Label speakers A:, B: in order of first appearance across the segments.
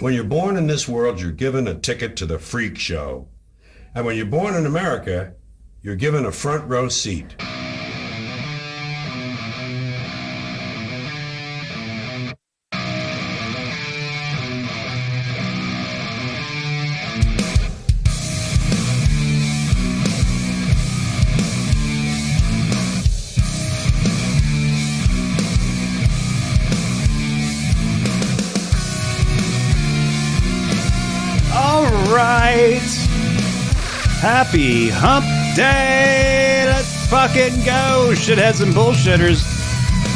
A: When you're born in this world, you're given a ticket to the freak show. And when you're born in America, you're given a front row seat.
B: All right. Happy hump day. Let's fucking go, shitheads and bullshitters.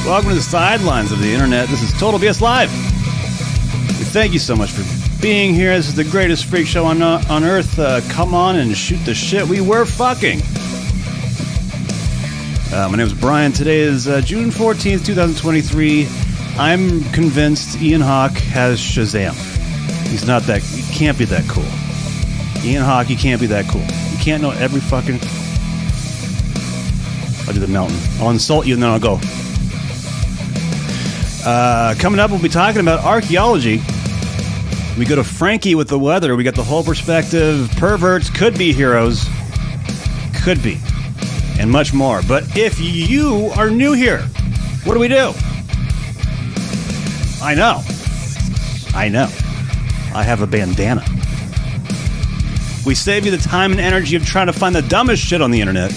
B: Welcome to the sidelines of the internet. This is Total BS Live. We thank you so much for being here. This is the greatest freak show on, on earth. Uh, come on and shoot the shit. We were fucking. Uh, my name is Brian. Today is uh, June 14th, 2023. I'm convinced Ian Hawk has Shazam. He's not that, he can't be that cool. Ian Hawk, you can't be that cool. You can't know every fucking. I'll do the mountain. I'll insult you and then I'll go. Uh, coming up, we'll be talking about archaeology. We go to Frankie with the weather. We got the whole perspective. Perverts could be heroes, could be and much more. But if you are new here, what do we do? I know. I know. I have a bandana. We save you the time and energy of trying to find the dumbest shit on the internet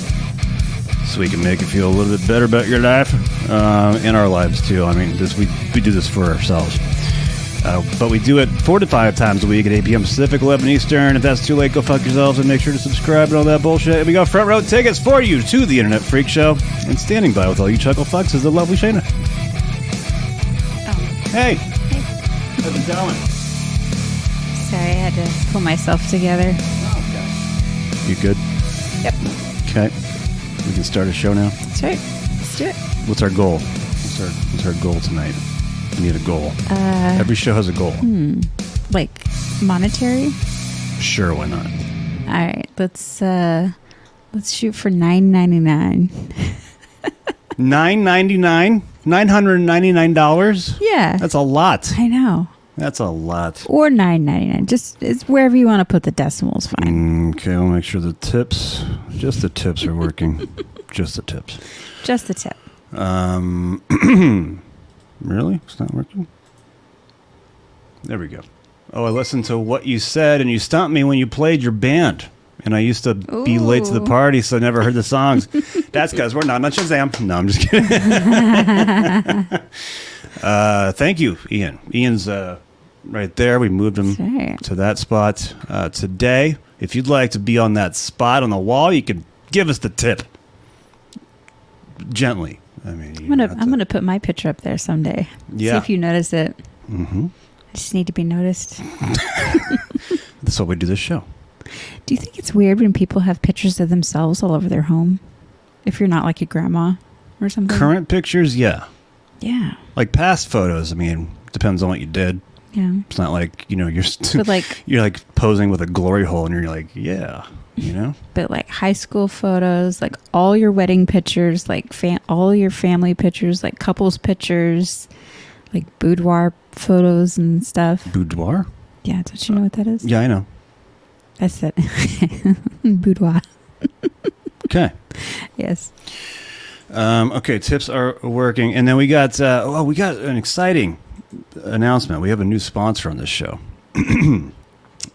B: so we can make you feel a little bit better about your life uh, and our lives too. I mean, this we, we do this for ourselves. Uh, but we do it four to five times a week at 8 p.m. Pacific, 11 Eastern. If that's too late, go fuck yourselves and make sure to subscribe and all that bullshit. And we got front row tickets for you to the Internet Freak Show. And standing by with all you chuckle fucks is the lovely Shayna.
C: Oh,
B: Hey, how's it going?
C: sorry, I had to pull myself together.
B: You good?
C: Yep.
B: Okay. We can start a show now.
C: That's right. Let's do it.
B: What's our goal? What's our, what's our goal tonight? We need a goal.
C: Uh.
B: Every show has a goal.
C: Hmm. Like monetary.
B: Sure, why not?
C: All right, let's uh let's shoot for nine ninety nine.
B: Nine ninety nine, nine hundred ninety nine dollars.
C: Yeah,
B: That's a lot.
C: I know.
B: That's a lot.
C: Or nine ninety nine. Just it's wherever you want to put the decimals.
B: Mm,
C: Fine.
B: Okay, we'll make sure the tips, just the tips, are working. just the tips.
C: Just the tip.
B: Um, really? It's not working? There we go. Oh, I listened to what you said, and you stumped me when you played your band. And I used to be late to the
C: Ooh.
B: party, so I never heard the songs. That's because we're not on Shazam. No, I'm just kidding. uh, thank you, Ian. Ian's uh, right there. We moved him
C: That's right.
B: to that spot uh, today. If you'd like to be on that spot on the wall, you can give us the tip gently. I mean,
C: I'm gonna I'm gonna put my picture up there someday. See
B: Yeah.
C: if you notice it. Mm-hmm. I just need to be noticed.
B: That's why we do this show.
C: Do you think it's weird when people have pictures of themselves all over their home? If you're not like a grandma or something.
B: Current pictures, yeah.
C: Mm-hmm. Yeah.
B: Like past photos, I mean, depends on what you did.
C: Yeah.
B: It's not like you know you're st-
C: But like-
B: you're like posing with a glory hole, and you're like, yeah, you know,
C: but like high school photos, like all your wedding pictures, like fa- all your family pictures, like couples pictures, like boudoir photos and stuff.
B: boudoir.
C: Yeah, don't you know what that is?
B: Yeah, I know.
C: That's it. boudoir.
B: Okay.
C: Yes.
B: Um, okay, tips are working, and then we got uh, oh, we got an exciting announcement. We have a new sponsor on this show.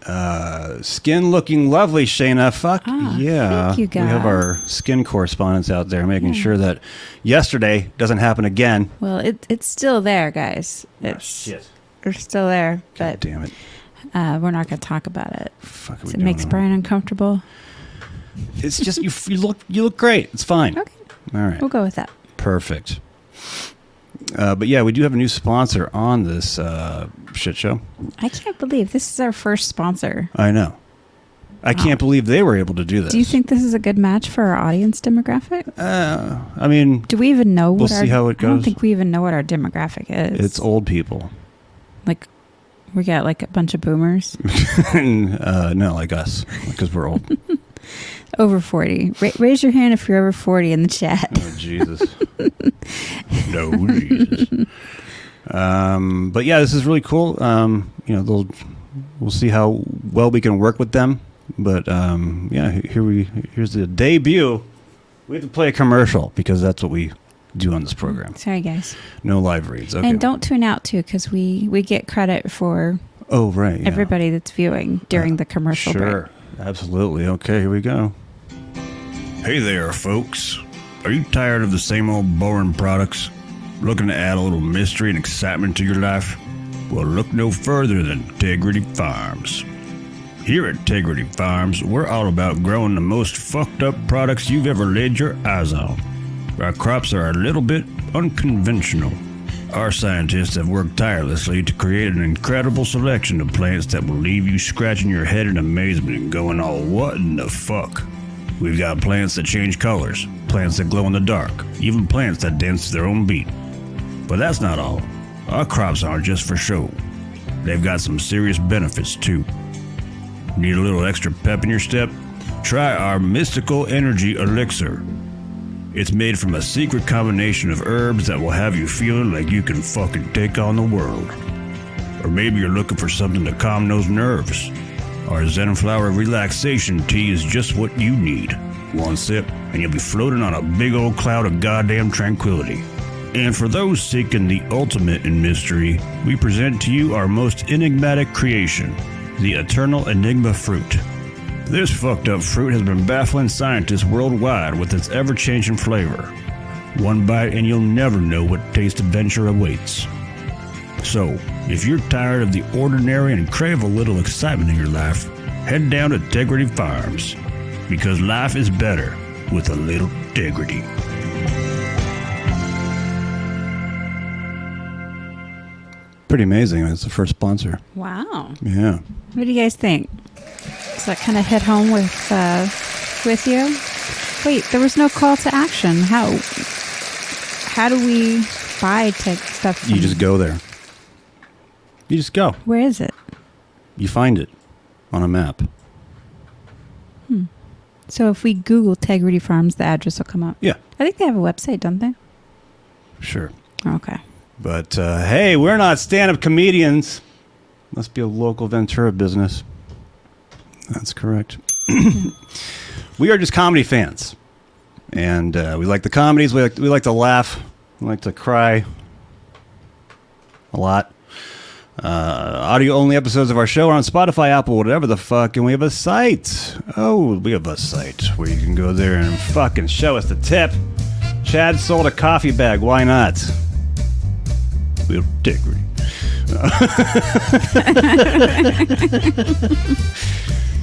B: uh, skin looking lovely, Shayna. Fuck
C: Ah,
B: yeah!
C: thank you,
B: We have
C: guys.
B: our skin correspondents out there making sure that yesterday doesn't happen again.
C: Well, it it's still there, guys. It's we're still there,
B: God
C: but
B: damn it!
C: uh, we're not going to talk about it.
B: Fuck, are we
C: It
B: doing
C: makes
B: now?
C: Brian uncomfortable.
B: It's just you. You look. You look great. It's fine.
C: Okay,
B: All right.
C: we'll go with that.
B: Perfect. Uh, but yeah, we do have a new sponsor on this uh, shit show.
C: I can't believe this is our first sponsor.
B: I know. I can't believe they were able to do this.
C: Do you think this is a good match for our audience demographic?
B: Uh, I mean,
C: Do we even know what
B: We'll
C: our,
B: see how it
C: I don't
B: goes.
C: think we even know what our demographic is.
B: it's old people.
C: like we got like a bunch of boomers
B: uh, no, like us, because we're old.
C: over 40. Ra- raise your hand if you're over 40 in the chat.
B: oh, Jesus. no, Jesus. Um, but yeah, this is really cool. Um, you know they'll we'll see how well we can work with them. But um, yeah, he- here we here's the debut. We have to play a commercial because that's what we do on this program.
C: Sorry, guys.
B: No live reads. Okay.
C: And don't tune out too, because we we get credit for
B: oh right. yeah. Uh,
C: everybody that's viewing during the commercial
B: Sure.
C: break.
B: Absolutely. Okay, here we go. Hey there, folks. Are you tired of the same old boring products? Looking to add a little mystery and excitement to your life? Well, look no further than Tegrity Farms. Here at Tegrity Farms, we're all about growing the most fucked up products you've ever laid your eyes on. Our crops are a little bit unconventional. Our scientists have worked tirelessly to create an incredible selection of plants that will leave you scratching your head in amazement and going, oh, what in the fuck? We've got plants that change colors, plants that glow in the dark, even plants that dance to their own beat. But that's not all. Our crops aren't just for show, they've got some serious benefits too. Need a little extra pep in your step? Try our Mystical Energy Elixir. It's made from a secret combination of herbs that will have you feeling like you can fucking take on the world. Or maybe you're looking for something to calm those nerves. Our Zenflower Relaxation Tea is just what you need. One sip, and you'll be floating on a big old cloud of goddamn tranquility. And for those seeking the ultimate in mystery, we present to you our most enigmatic creation the Eternal Enigma Fruit. This fucked up fruit has been baffling scientists worldwide with its ever changing flavor. One bite and you'll never know what taste adventure awaits. So, if you're tired of the ordinary and crave a little excitement in your life, head down to Degrity Farms because life is better with a little dignity. Pretty amazing. That's the first sponsor.
C: Wow.
B: Yeah.
C: What do you guys think? Does that kind of hit home with uh, with you? Wait, there was no call to action. How how do we buy tech stuff?
B: You
C: from-
B: just go there. You just go.
C: Where is it?
B: You find it on a map.
C: So if we Google Tegrity Farms, the address will come up.
B: Yeah,
C: I think they have a website, don't they?
B: sure.
C: Okay.
B: But uh, hey, we're not stand up comedians. Must be a local Ventura business. That's correct. we are just comedy fans. And uh, we like the comedies. We like, we like to laugh. We like to cry a lot. Uh, audio only episodes of our show are on Spotify, Apple, whatever the fuck. And we have a site. Oh, we have a site where you can go there and fucking show us the tip. Chad sold a coffee bag. Why not? Bill Diggory.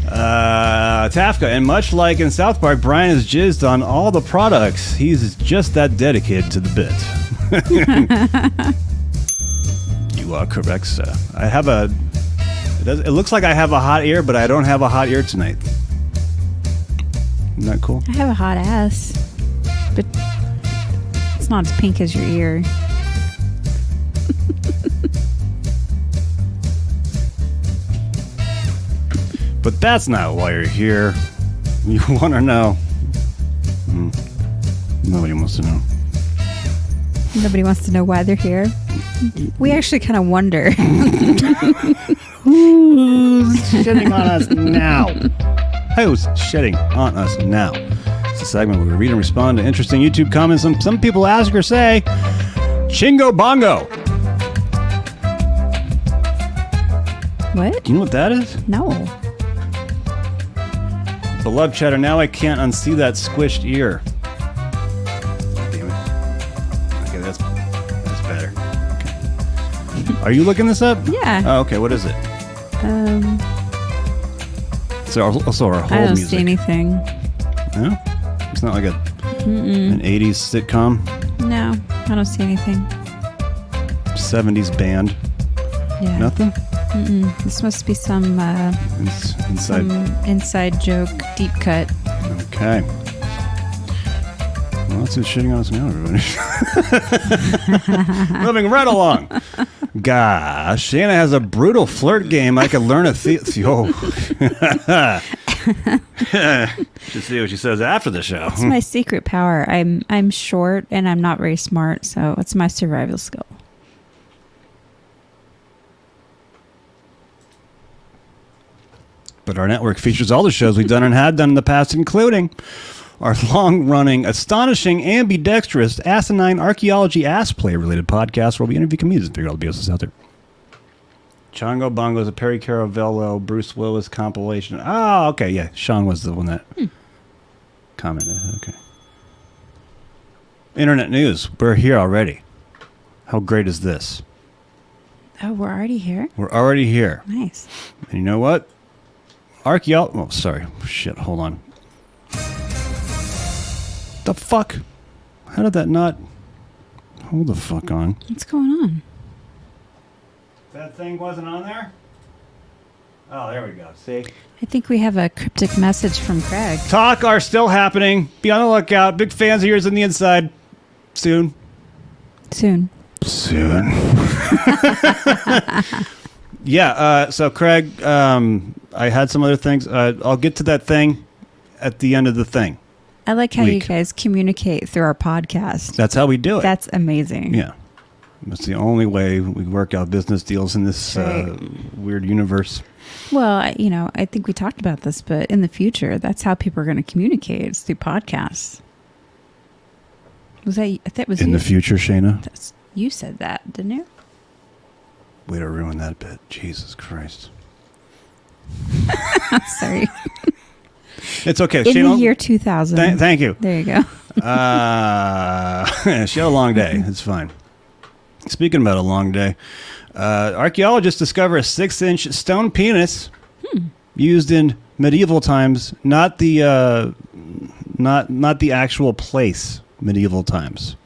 B: uh, Tafka, and much like in South Park, Brian is jizzed on all the products. He's just that dedicated to the bit. you are correct, sir. I have a. It, does, it looks like I have a hot ear, but I don't have a hot ear tonight. Isn't that cool?
C: I have a hot ass, but it's not as pink as your ear.
B: But that's not why you're here. You want to know. Hmm. Nobody wants to know.
C: Nobody wants to know why they're here. We actually kind of wonder.
B: Who's shedding on us now? Who's shedding on us now? It's a segment where we read and respond to interesting YouTube comments. Some, some people ask or say, Chingo Bongo.
C: what?
B: Do you know what that is?
C: No.
B: Beloved chatter, now I can't unsee that squished ear. Damn it. Okay, that's, that's better. Okay. Are you looking this up?
C: Yeah.
B: Oh, okay, what is it?
C: Um,
B: It's our- also our whole
C: I don't
B: music.
C: see anything.
B: No? It's not like a an 80s sitcom,
C: No, I don't see anything.
B: 70s band.
C: Yeah.
B: Nothing?
C: This must be some uh,
B: It's inside.
C: some inside joke, deep cut.
B: Okay. Well, that's who's shitting on us now, everybody. Moving right along. Gosh, Shanna has a brutal flirt game. I could learn a the- yo. Just see what she says after the show.
C: It's my secret power. I'm I'm short and I'm not very smart, so it's my survival skill.
B: But our network features all the shows we've done and had done in the past, including our long running, astonishing, ambidextrous, asinine archaeology ass play related podcast where we interview comedians and figure out the BS that's out there. Chongo Bongo is a Perry Caravello, Bruce Willis compilation. Ah, okay, yeah. Sean was the one that commented. Okay. Internet news. We're here already. How great is this?
C: Oh, we're already here.
B: We're already here.
C: Nice.
B: And you know what? Archaeo. Oh, sorry. Shit. Hold on. The fuck? How did that not? Hold the fuck on.
C: What's going on?
B: That thing wasn't on there. Oh, there we go. See.
C: I think we have a cryptic message from Craig.
B: Talk are still happening. Be on the lookout. Big fans of yours on the inside. Soon.
C: Soon.
B: Soon. yeah. Uh, so, Craig, um, I had some other things. Uh, I'll get to that thing at the end of the thing.
C: I like how you
B: Week.
C: guys communicate through our podcast.
B: That's how we do it.
C: That's amazing.
B: yeah. That's the only way we work out business deals in this uh, weird universe.
C: Well, I- you know, I think we talked about this, but in the future, that's how people are going to communicate. It's through podcasts. Was that? I think it was
B: In
C: you.
B: the future, Shayna.
C: That's- you said that, didn't you?
B: Way to ruin that bit. Jesus Christ.
C: Sorry.
B: It's okay.
C: in the
B: Shayna-
C: year 2000.
B: Th- thank you.
C: there you go.
B: Uh, she had a long day. It's fine. Speaking about a long day, uh, archaeologists discover a six-inch stone penis used in medieval times. Not the uh, not not the actual place. Medieval times.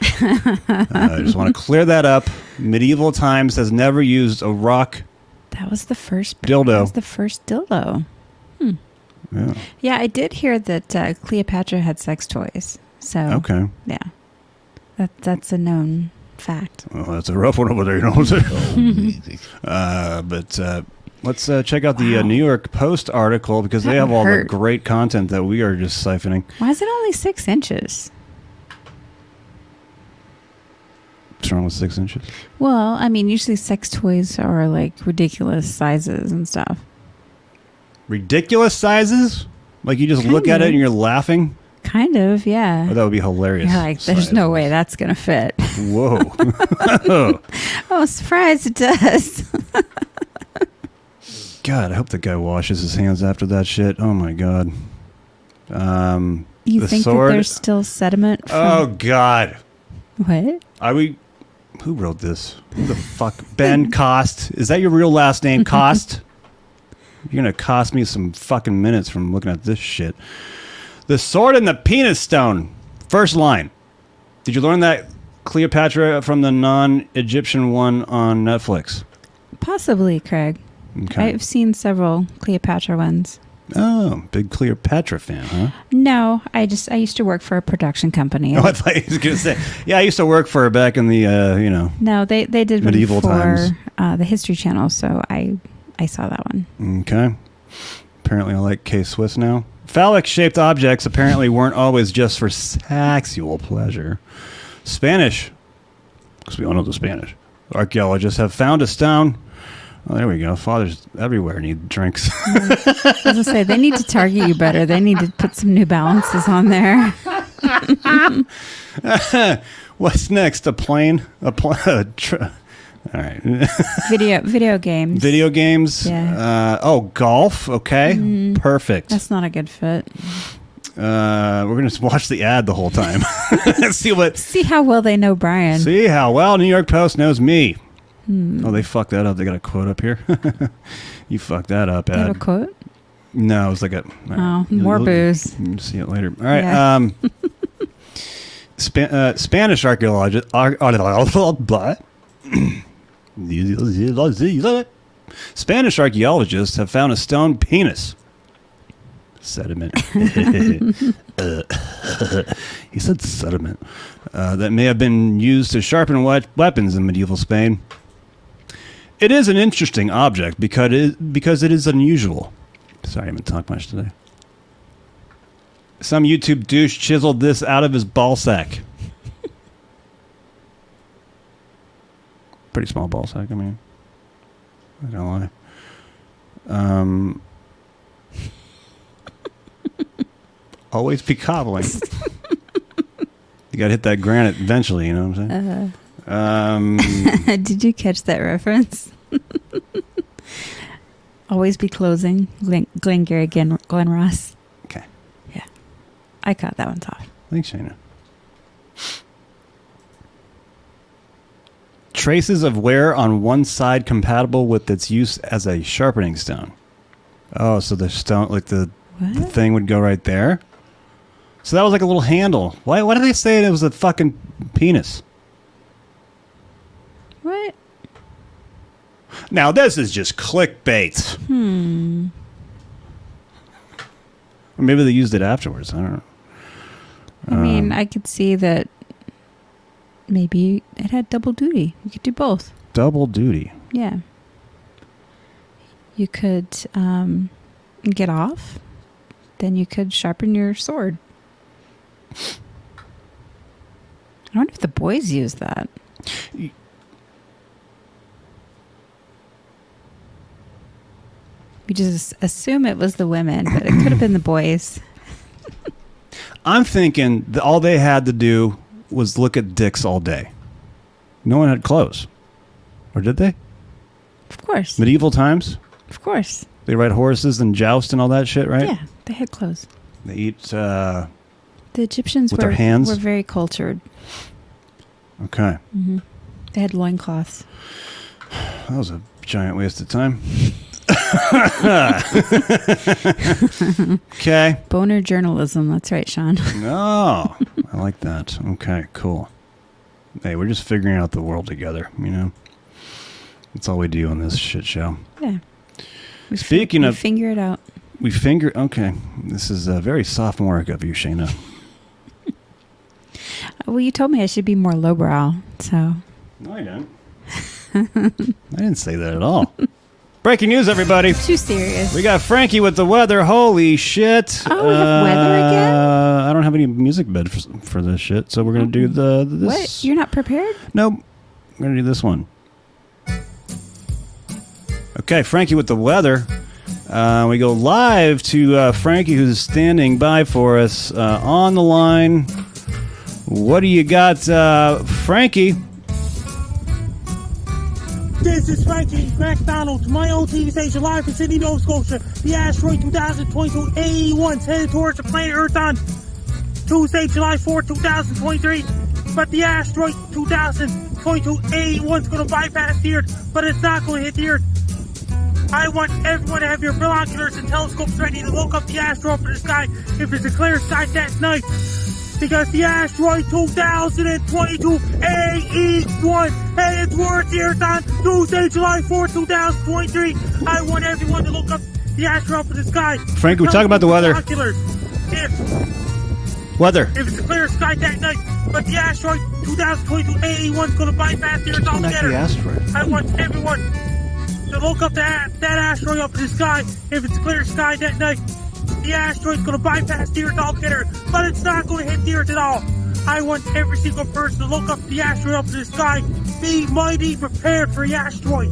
B: Uh, I just want to clear that up. Medieval times has never used a rock.
C: That was the first
B: Dildo.
C: That was the first dildo.
B: Yeah,
C: Yeah, I did hear that uh, Cleopatra had sex toys. So
B: okay.
C: yeah, that that's a known fact.
B: Well, that's a rough one over there, you know what I'm saying? uh, but uh, let's uh, check out the uh,
C: Wow.
B: New York Post article because they
C: That
B: have all the
C: hurt.
B: great content that we are just siphoning.
C: Why is it only six inches?
B: What's wrong with six inches?
C: Well, I mean, usually sex toys are like ridiculous sizes and stuff.
B: Ridiculous sizes? Like you just look at
C: Kinda.
B: it and you're laughing?
C: Kind of, yeah.
B: Oh, that would be hilarious.
C: You're like, there's no way that's gonna fit.
B: Whoa.
C: oh, surprise! It does.
B: God, I hope the guy washes his hands after that shit. Oh my God. Um,
C: You
B: the
C: think
B: sword.
C: that there's still sediment?
B: oh
C: From,
B: God.
C: what?
B: I we who wrote this? Who the fuck? Ben Cost. Is that your real last name? Cost? You're gonna cost me some fucking minutes from looking at this shit. The sword and the penis stone. First line. Did you learn that Cleopatra from the non-Egyptian one on Netflix?
C: Possibly, Craig. I've seen several Cleopatra ones.
B: Oh, big Cleopatra fan, huh?
C: No, I just I used to work for a production company.
B: Oh, I thought you was gonna say. Yeah, I used to work for her back in the uh, you know.
C: No, they they did one
B: Medieval
C: for
B: times.
C: Uh, the History Channel, so I I saw that one.
B: Okay. Apparently, I like K Swiss now. Phallic shaped objects apparently weren't always just for sexual pleasure. Spanish, because we all know the Spanish. Archaeologists have found a stone. Oh, there we go. Fathers everywhere need drinks.
C: As I say, they need to target you better. They need to put some New Balances on there.
B: What's next? A plane? A plane? Tr- all right.
C: Video video games.
B: Video games.
C: Yeah.
B: Uh, oh, golf. Okay. Perfect.
C: That's not a good fit.
B: Uh, we're going to watch the ad the whole time. See what
C: See how well they know Brian. Hmm.
B: See how well New York Post knows me.
C: Mm.
B: Oh, they fucked that up. They got a quote up here. you fucked that up,
C: They have
B: Ed.
C: a quote.
B: no, it was like a.
C: Oh, more booze.
B: you see it later. All right.
C: Yeah.
B: Um, Spa- uh, Spanish archaeologist. Ar- ar- blah. Spanish archaeologists have found a stone penis. Sediment. Uh, he said sediment. Uh, that may have been used to sharpen we- weapons in medieval Spain. It is an interesting object because it, because it is unusual. Sorry, I haven't talked much today. Some YouTube douche chiseled this out of his ball sack. Pretty small ball sack, I mean. I don't lie. Um, Always be cobbling. you got to hit that granite eventually, you know what I'm saying? Um,
C: Did you catch that reference? Always be closing. Glen, Glengarry Glen, Glen Ross.
B: okay.
C: I caught that one off.
B: Thanks, Shana. Traces of wear on one side compatible with its use as a sharpening stone. Oh, so the stone, like the, the
C: What?
B: thing would go right there. So that was like a little handle. Why, why did they say it was a fucking penis?
C: What?
B: Now, this is just clickbait. Hmm. Or maybe they used it afterwards. I don't know.
C: I
B: Um,
C: mean, I could see that maybe it had double duty. You could do both.
B: Double duty.
C: Yeah. You could um, get off, then you could sharpen your sword. I wonder if the boys use that. We just assume it was the women, but it could have been the boys.
B: I'm thinking that all they had to do was look at dicks all day. No one had clothes. Or did they?
C: Of course.
B: Medieval times?
C: Of course.
B: They ride horses and joust and all that shit, right?
C: Yeah, they had clothes.
B: They eat, uh,
C: The Egyptians
B: With
C: were,
B: their hands?
C: were very cultured.
B: okay.
C: Mm-hmm. They had loincloths.
B: That was a giant waste of time. okay.
C: Boner journalism. That's right, Sean.
B: No. I like that. Okay, cool. Hey, we're just figuring out the world together, you know? That's all we do on this shit show.
C: yeah. We fi-
B: Speaking
C: we
B: of-
C: figure it out.
B: We finger. Okay, this is uh, very sophomoric of you, Shayna.
C: Well, you told me I should be more lowbrow, so
B: No, I didn't. I didn't say that at all. Breaking news, everybody.
C: too serious.
B: We got Frankie with the weather. Holy shit!
C: Oh, we have weather again?
B: Uh, I don't have any music bed for, for this shit, so we're gonna do the this.
C: what? You're not prepared?
B: Nope. I'm going to do this one. Okay, Frankie with the weather. Uh, we go live to uh, Frankie, who's standing by for us uh, on the line. What do you got, uh, Frankie?
D: This is Frankie McDonald, my old TV station live from Sydney, Nova Scotia. The asteroid 2022 A1 headed towards the planet Earth on Tuesday, July 4, 2023. But the asteroid 2022 A1's going to bypass the Earth, but it's not going to hit the Earth. I want everyone to have your binoculars and telescopes ready to look up the asteroid in the sky if it's a clear sky that night. Because the asteroid 2022 E AE1 headed towards the Earth on Tuesday, July 4, 2023. I want everyone to look up the asteroid in the sky.
B: Frank, we talk about the weather.
D: Binoculars. If
B: Weather.
D: if it's a clear sky that night, but the asteroid 2022 A81 is going to E bypass the Earth altogether. I want everyone to look up that, that asteroid up in the sky. If it's a clear sky that night, the asteroid's going to bypass the Earth altogether, but it's not going to hit the Earth at all. I want every single person to look up the asteroid up in the sky. Be mighty prepared for the asteroid.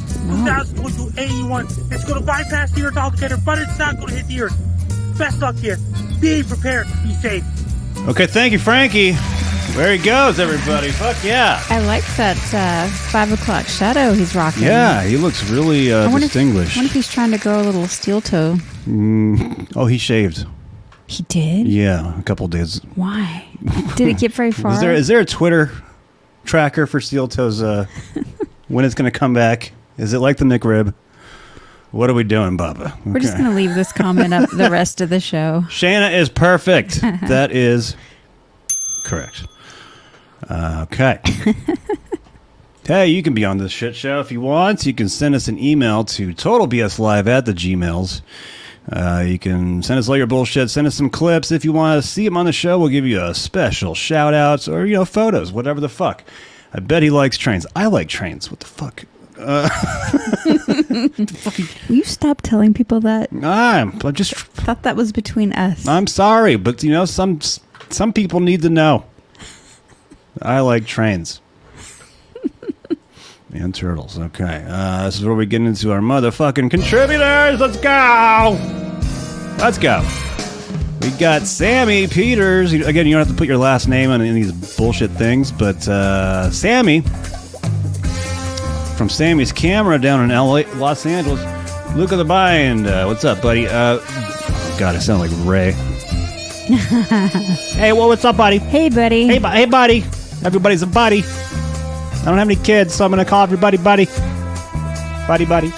D: 2022 A81. It's going to bypass the Earth altogether, but it's not going to hit the Earth. Best luck here. Be prepared. Be safe.
B: Okay, thank you, Frankie. There he goes, everybody. Fuck yeah.
C: I like that uh, five o'clock shadow he's rocking.
B: Yeah, he looks really
C: I
B: uh,
C: wonder if,
B: distinguished.
C: wonder if he's trying to grow a little steel toe.
B: oh, he shaved.
C: He did.
B: Yeah, a couple days.
C: Why? Did it get very far?
B: Is there is there a Twitter tracker for Steel Toes? Uh, when it's going to come back? Is it like the McRib? What are we doing, Baba?
C: We're just going to leave this comment up the rest of the show.
B: Shanna is perfect. that is correct. Uh, okay. hey, you can be on this shit show if you want. You can send us an email to totalbslive at the Gmails. Uh, you can send us all your bullshit. Send us some clips if you want to see them on the show. We'll give you a special shout outs or you know photos, whatever the fuck. I bet he likes trains. I like trains. What the fuck? Uh,
C: Will you stop telling people that?
B: I'm, I'm just
C: thought that was between us.
B: I'm sorry, but you know some some people need to know. I like trains and turtles. Okay, uh, this is where we get into our motherfucking contributors. Let's go. Let's go. We got Sammy Peters. You- Again, you don't have to put your last name on any of these bullshit things, but uh, Sammy from Sammy's camera down in LA, Los Angeles. Luke of the Bind. Uh, what's up, buddy? Uh, oh God, I sound like Ray. hey, well, what's up, buddy?
C: Hey, buddy.
B: Hey, bu- hey, buddy. Everybody's a buddy. I don't have any kids, so I'm going to call everybody buddy. Buddy, buddy.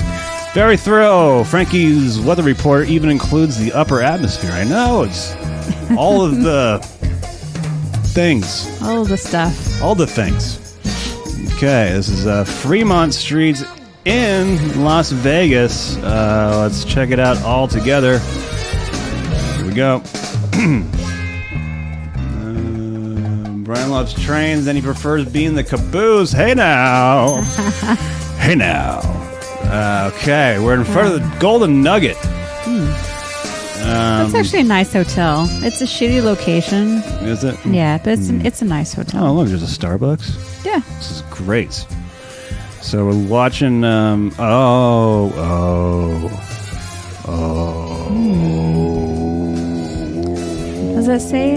B: Very thorough. Frankie's weather report even includes the upper atmosphere. I know. It's all of the things.
C: All the stuff.
B: All the things. Okay, this is uh, Fremont Streets in Las Vegas. Uh, let's check it out all together. Here we go. Uh, Um Brian loves trains, and he prefers being the caboose. Hey now. hey now. Uh, okay, we're in front of the Golden Nugget. Um,
C: It's Hmm. actually a nice hotel. It's a shitty location.
B: Is it? Hmm.
C: Yeah, but it's, an, it's a nice hotel.
B: Oh, look, there's a Starbucks.
C: Yeah.
B: This is great. So we're watching. Um, oh, oh,
C: What does that say?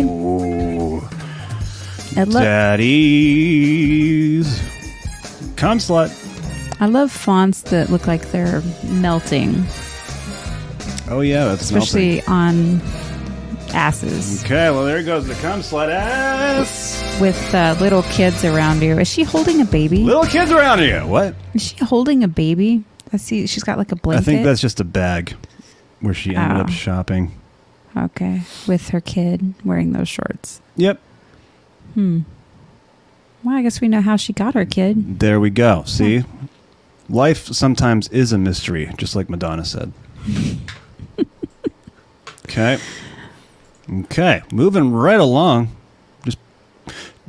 C: I love,
B: daddies, cum slut.
C: I love fonts that look like they're melting,
B: Oh yeah, that's
C: especially on asses
B: melting. Okay, well there goes the cum slut ass.
C: with uh, little kids around you. Is she holding a baby?
B: Little kids around you. What?
C: Is she holding a baby? I see she's got like a
B: I
C: blanket.
B: think that's just a bag where she ended up
C: Oh.
B: shopping.
C: okay with her kid wearing those shorts. Hmm.
B: Yep,
C: Well, I guess we know how she got her kid.
B: there we go. See, life sometimes is a mystery, just like Madonna said. Okay. Okay. Moving right along. Just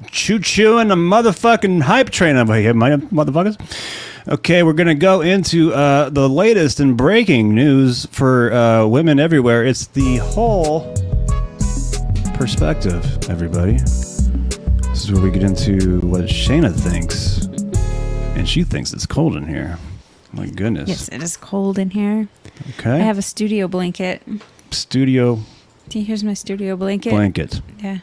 B: choo chooing the motherfucking hype train over here, my motherfuckers. Okay, we're going to go into uh, the latest and breaking news for uh, women everywhere. It's the whole perspective, everybody. This is where we get into what Shayna thinks. And she thinks it's cold in here. My goodness.
C: Yes, it is cold in here.
B: Okay.
C: I have a studio blanket.
B: studio
C: See, here's my studio blanket.
B: blanket.
C: Yeah.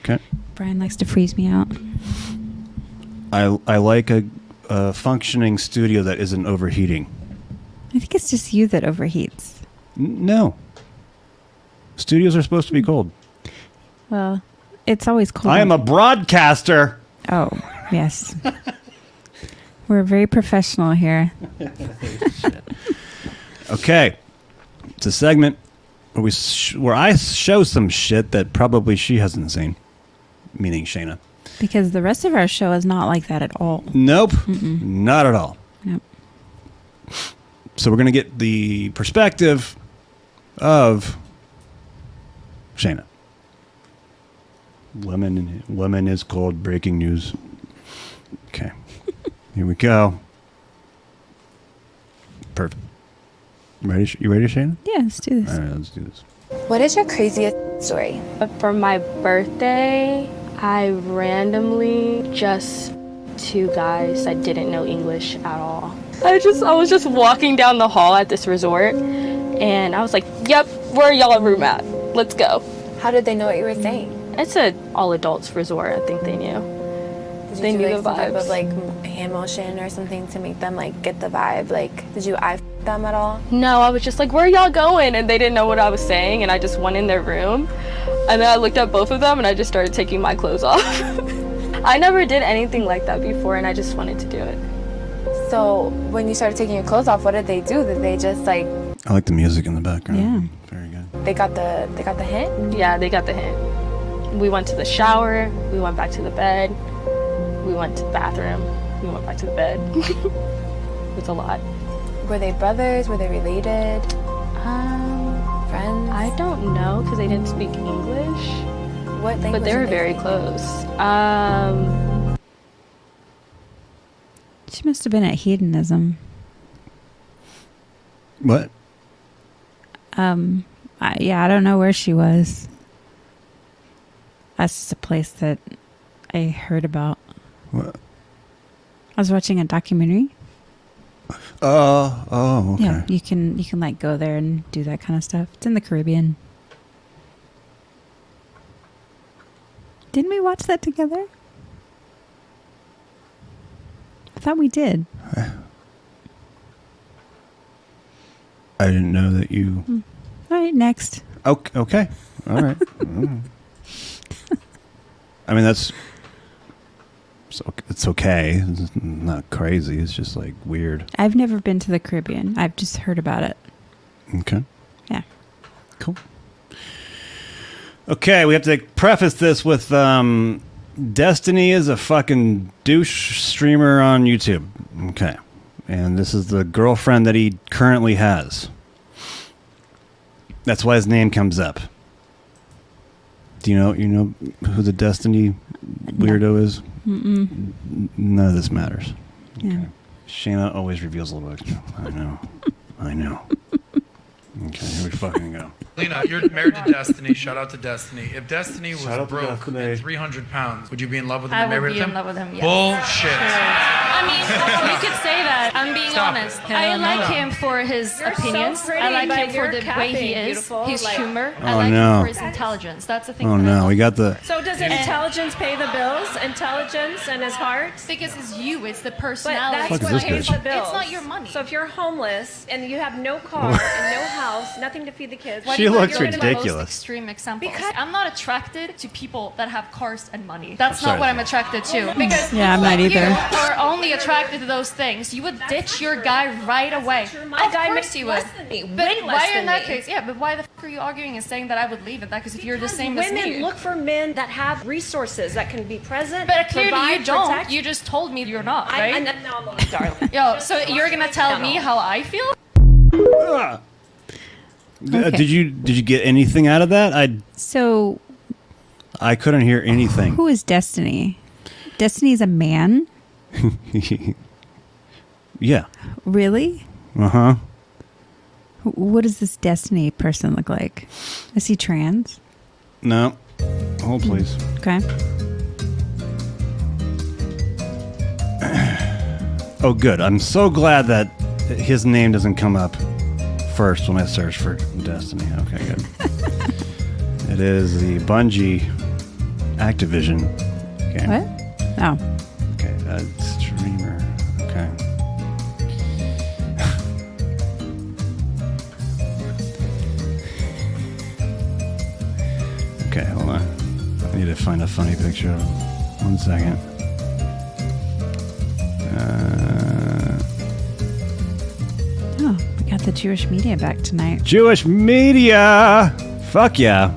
B: Okay.
C: Brian likes to freeze me out.
B: I, I like a, a functioning studio that isn't overheating.
C: I think it's just you that overheats.
B: N- No. Studios are supposed to be cold.
C: Well, it's always cold.
B: I am a broadcaster.
C: Oh, yes. We're very professional here.
B: Okay. It's a segment where, we sh- where I show some shit that probably she hasn't seen, meaning Shayna.
C: Because the rest of our show is not like that at all.
B: Nope. Not at all.
C: Nope.
B: So we're going to get the perspective of Shayna. Lemon, lemon is called breaking news. Okay. Here we go. Perfect. Ready? Sh- You ready, Shayna?
C: Yeah, let's do this.
B: All right, let's do this.
E: What is your craziest story?
F: For my birthday, I randomly just two guys that didn't know English at all. I just I was just walking down the hall at this resort and I was like, "Yep, where y'all room at? Let's go."
E: How did they know what you were saying?
F: It's a all adults resort, I think they knew.
E: Did you
F: They
E: do,
F: knew
E: like,
F: the
E: some type of
F: vibes.
E: like m- hand motion or something to make them like get the vibe? Like, did you eye f- them at all?
F: No, I was just like, "Where y'all going?" and they didn't know what I was saying and I just went in their room. And then I looked at both of them and I just started taking my clothes off. I never did anything like that before and I just wanted to do it.
E: So when you started taking your clothes off, what did they do? Did they just like
B: I like the music in the background.
C: Yeah.
B: Very good.
E: they got the they got the hint?
F: Yeah, they got the hint. We went to the shower, we went back to the bed, we went to the bathroom, we went back to the bed. it's a lot.
E: Were they brothers? Were they related?
F: Um,
E: Friends?
F: I don't know because they didn't speak English,
E: what language?
F: but they were
E: did
F: very
E: speak?
F: close. Um,
C: She must have been at hedonism.
B: What?
C: Um, I, yeah, I don't know where she was. That's just a place that I heard about.
B: What?
C: I was watching a documentary.
B: Oh, oh, okay. oh,
C: Yeah, you can you can like go there and do that kind of stuff. It's in the Caribbean. Didn't we watch that together? I thought we did.
B: I didn't know that you.
C: Hmm. All right, next.
B: Okay. okay. All right. Mm. I mean, that's. It's ok- it's okay. It's not crazy. It's just like weird.
C: I've never been to the Caribbean. I've just heard about it.
B: Okay.
C: Yeah.
B: Cool. Okay, we have to preface this with um, Destiny is a fucking douche streamer on YouTube. Okay. And this is the girlfriend that he currently has. That's why his name comes up. Do you know you know who the Destiny weirdo is? Mm-mm. None of this matters.
C: Yeah.
B: Shayna always reveals a little extra. I know. I know. Okay, here we fucking go.
G: Lena, you're married to Destiny. Shout out to Destiny. If Destiny was broke and 300 pounds, would you be in love with him?
H: I
G: and
H: would
G: married
H: be
G: with
H: in
G: him?
H: love with him, yes.
G: Bullshit.
H: I mean, you could say that. I'm being
G: Stop it.
H: honest. I
G: Hell no.
H: like him for his
I: You're so
H: opinions.
I: pretty,
H: I like
I: but
H: him for
I: you're
H: the way
I: capping,
H: he is,
I: beautiful,
H: his
I: like-
H: humor. I
B: Oh,
H: like
B: no.
H: him for his intelligence. That's the thing.
B: Oh
H: that I
B: no,
H: love.
B: we got the
I: So does intelligence pay the bills? Intelligence and his heart?
H: Because it's you, it's the
I: But
H: personality.
I: that's
B: Fuck is
I: what
B: this
I: pays
B: bitch?
I: the bills.
H: It's not your money.
I: So if you're homeless and you have no car and no house, nothing to feed the kids,
H: Why do
B: She
H: you think
B: looks
H: you're one of the most
B: ridiculous.
H: extreme examples.
I: Because-
H: I'm not attracted to people that have cars and money. That's
B: Sorry.
H: not what I'm attracted
I: Oh,
H: to. Because
C: Yeah, I'm not
H: you
C: either.
H: are only attracted to those things. You would ditch your guy right away.
I: true. My
H: of
I: guy
H: course
I: makes
H: you
I: less
H: would.
I: than me,
H: But
I: way
H: why
I: less
H: in
I: than
H: that
I: me.
H: case? Yeah, but why the fuck are you arguing and saying that I would leave at that? Because if you're the same
I: women
H: as me.
I: look for men that have resources that can be present.
H: but clearly
I: provide,
H: you don't.
I: protect.
H: You just told me you're not,
I: I,
H: right?
I: I, no, I'm not, darling.
H: Yo, so you're gonna tell me how I feel?
B: Uh,
C: Okay.
B: Did you did you get anything out of that? I
C: So,
B: I couldn't hear anything.
C: who is Destiny? Destiny is a man?
B: yeah.
C: Really?
B: Uh huh.
C: Wh- What does this Destiny person look like? Is he trans?
B: No. Hold please.
C: Okay.
B: Oh, good. I'm so glad that his name doesn't come up first when I search for Destiny. Okay, good. it is the Bungie Activision game.
C: What? Oh,
B: Okay, uh, streamer. Okay. okay, hold on. I need to find a funny picture of him. One second. Uh,
C: oh, we got the Jewish media back tonight.
B: Jewish media! Fuck yeah.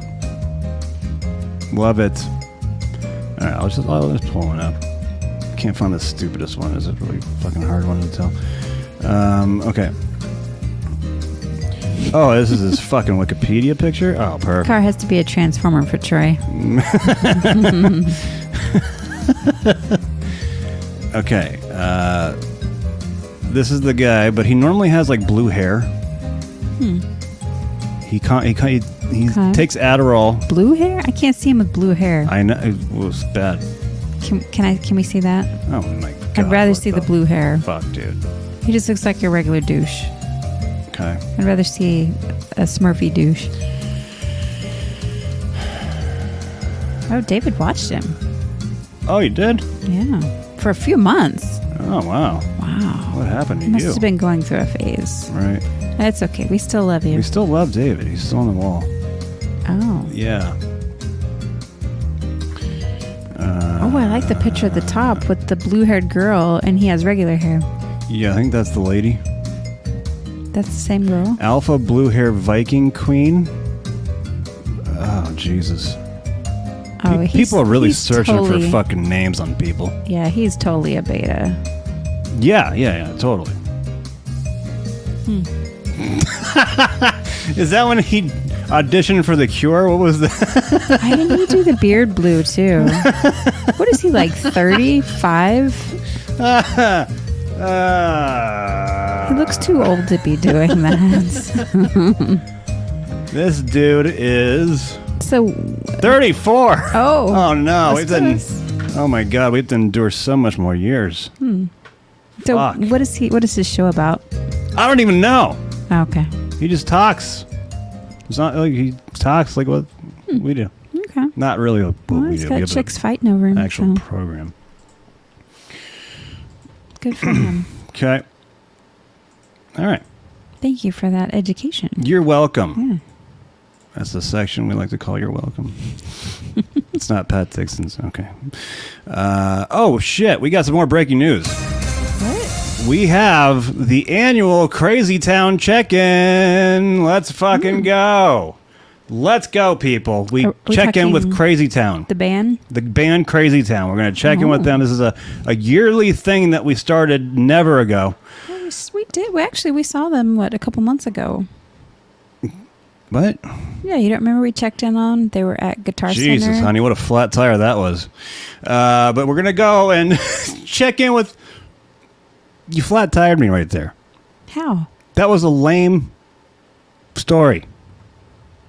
B: Love it. Alright, I'll just, I'll just pull one up. Can't find the stupidest one. Is a really fucking hard one to tell? Um, okay. Oh, this is his fucking Wikipedia picture? Oh, perfect.
C: Car has to be a transformer for Troy. Hmm.
B: Okay. Uh, this is the guy, but he normally has like blue hair. Hmm. He can't, he can't, he, he
C: Okay.
B: takes Adderall.
C: Blue hair? I can't see him with blue hair.
B: I know, it was bad.
C: Can, can I? Can we see that?
B: Oh my god.
C: I'd rather
B: what
C: see the blue hair.
B: Fuck, dude.
C: He just looks like your regular douche.
B: Okay.
C: I'd rather see a Smurfy douche. Oh, David watched him.
B: Oh, you did?
C: Yeah, for a few months.
B: Oh, wow.
C: Wow,
B: What happened to
C: must
B: you?
C: have been going through a phase.
B: right.
C: That's okay. We still love you.
B: We still love David. He's still on the wall.
C: Oh,
B: Yeah. Uh,
C: oh, I like the picture at the top with the blue-haired girl, and he has regular hair.
B: Yeah, I think that's the lady.
C: That's the same girl.
B: Alpha blue hair Viking queen. Oh, Jesus.
C: Oh,
B: Pe-
C: he's-
B: people are really
C: he's
B: searching
C: totally-
B: for fucking names on people.
C: Yeah, he's totally a beta.
B: Yeah, yeah, yeah, totally.
C: Hmm.
B: Is that when he auditioned for The Cure? What was that?
C: Why didn't he do the beard blue too? what is he like? Thirty-five?
B: Uh,
C: He looks too old to be doing that.
B: This dude is
C: so,
B: 34.
C: oh,
B: Oh no,
C: Let's
B: we've
C: do
B: been.
C: this.
B: Oh my god, we have to endure so much more years.
C: hmm. so
B: fuck.
C: what is he? What is his show about? Oh,
B: I don't even know.
C: Okay,
B: He just talks. It's not like he talks like what we do.
C: okay. Hmm. Okay.
B: Not really what
C: Well,
B: we
C: he's
B: do.
C: got
B: We have an
C: chicks fighting over him.
B: actual
C: so
B: program.
C: good for him.
B: Okay. All right.
C: Thank you for that education.
B: You're welcome.
C: Yeah.
B: That's the section we like to call You're Welcome. it's not Pat Dixon's. Okay. Uh, oh, shit. We got some more breaking news. We have the annual Crazy Town check in. Let's fucking go. Let's go, people. We
C: Hmm. Are we
B: check in with
C: talking
B: Crazy Town
C: The ban?
B: the band Crazy Town. We're going to check in
C: Oh.
B: with them. This is a, a yearly thing that we started never ago.
C: Oh, we did. We actually we saw them what a couple months ago.
B: What?
C: Yeah, you don't remember we checked in on? They were at Guitar
B: Jesus,
C: Center.
B: honey, what a flat tire that was. Uh, but we're going to go and check in with. You flat tired me right there.
C: How
B: That was a lame story.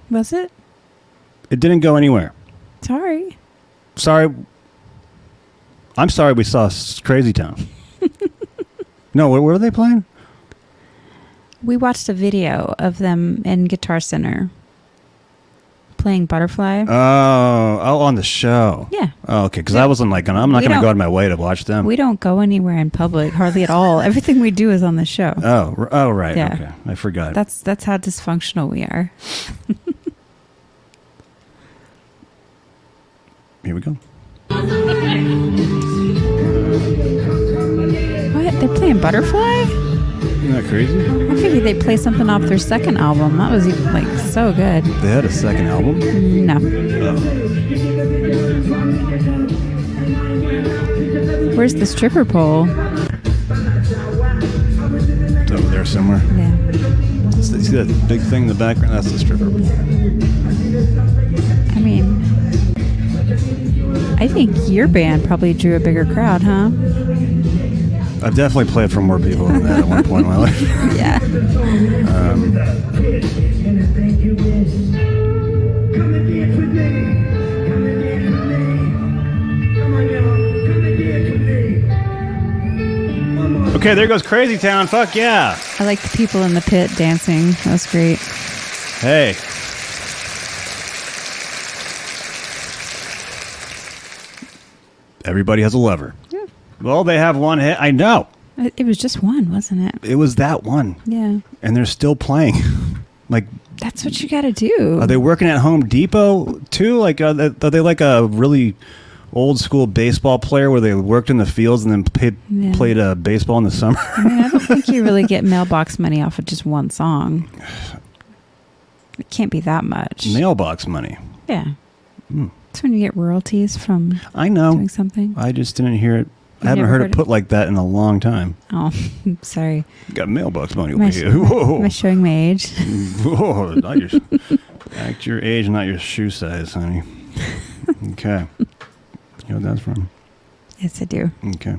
C: was it?
B: It didn't go anywhere.
C: Sorry.
B: Sorry. I'm sorry we saw s- Crazy Town. no, what, what were they playing?
C: We watched a video of them in Guitar Center playing Butterfly.
B: Oh, oh, on the show.
C: Yeah.
B: Oh, okay, because I wasn't like, I'm not
C: We
B: going to
C: don't-
B: go out of my way to watch them.
C: we don't go anywhere in public hardly at all. Everything we do is on the show.
B: Oh, r- oh, right.
C: Yeah.
B: Okay, I forgot.
C: That's that's how dysfunctional we are.
B: Here we go.
C: What? They're playing Butterfly?
B: Isn't that crazy?
C: I figured they'd play something off their second album. That was even, like so good.
B: They had a second album.
C: No. Where's the stripper pole?
B: It's over there somewhere.
C: Yeah.
B: You see that big thing in the background? That's the stripper.
C: I mean, I think your band probably drew a bigger crowd, huh?
B: I've definitely played for more people than that at one point in my life.
C: Yeah.
B: Um, Okay, there goes Crazy Town. Fuck yeah.
C: I like the people in the pit dancing. That was great.
B: Hey. Everybody has a lever.
C: Yeah.
B: Well, they have one hit. I know.
C: It it was just one, wasn't it?
B: It was that one.
C: Yeah.
B: And they're still playing. like,
C: That's what you got to do.
B: Are they working at Home Depot too? Like, are they, are they like a really old school baseball player where they worked in the fields and then paid,
C: Yeah.
B: played uh, baseball in the summer?
C: I, mean, I don't think you really get mailbox money off of just one song. It can't be that much.
B: Mailbox money.
C: yeah. That's when you get royalties from
B: Hmm. I know.
C: doing something.
B: I just didn't hear it. I
C: You've
B: haven't
C: never
B: heard,
C: heard
B: it
C: it?
B: put like that in a long time.
C: Oh, sorry.
B: Got mailbox money
C: Am
B: over
C: I,
B: here. Whoa.
C: am I showing my age?
B: Whoa, not your, act your age, not your shoe size, honey. Okay. You know what that's from?
C: yes, I do.
B: Okay.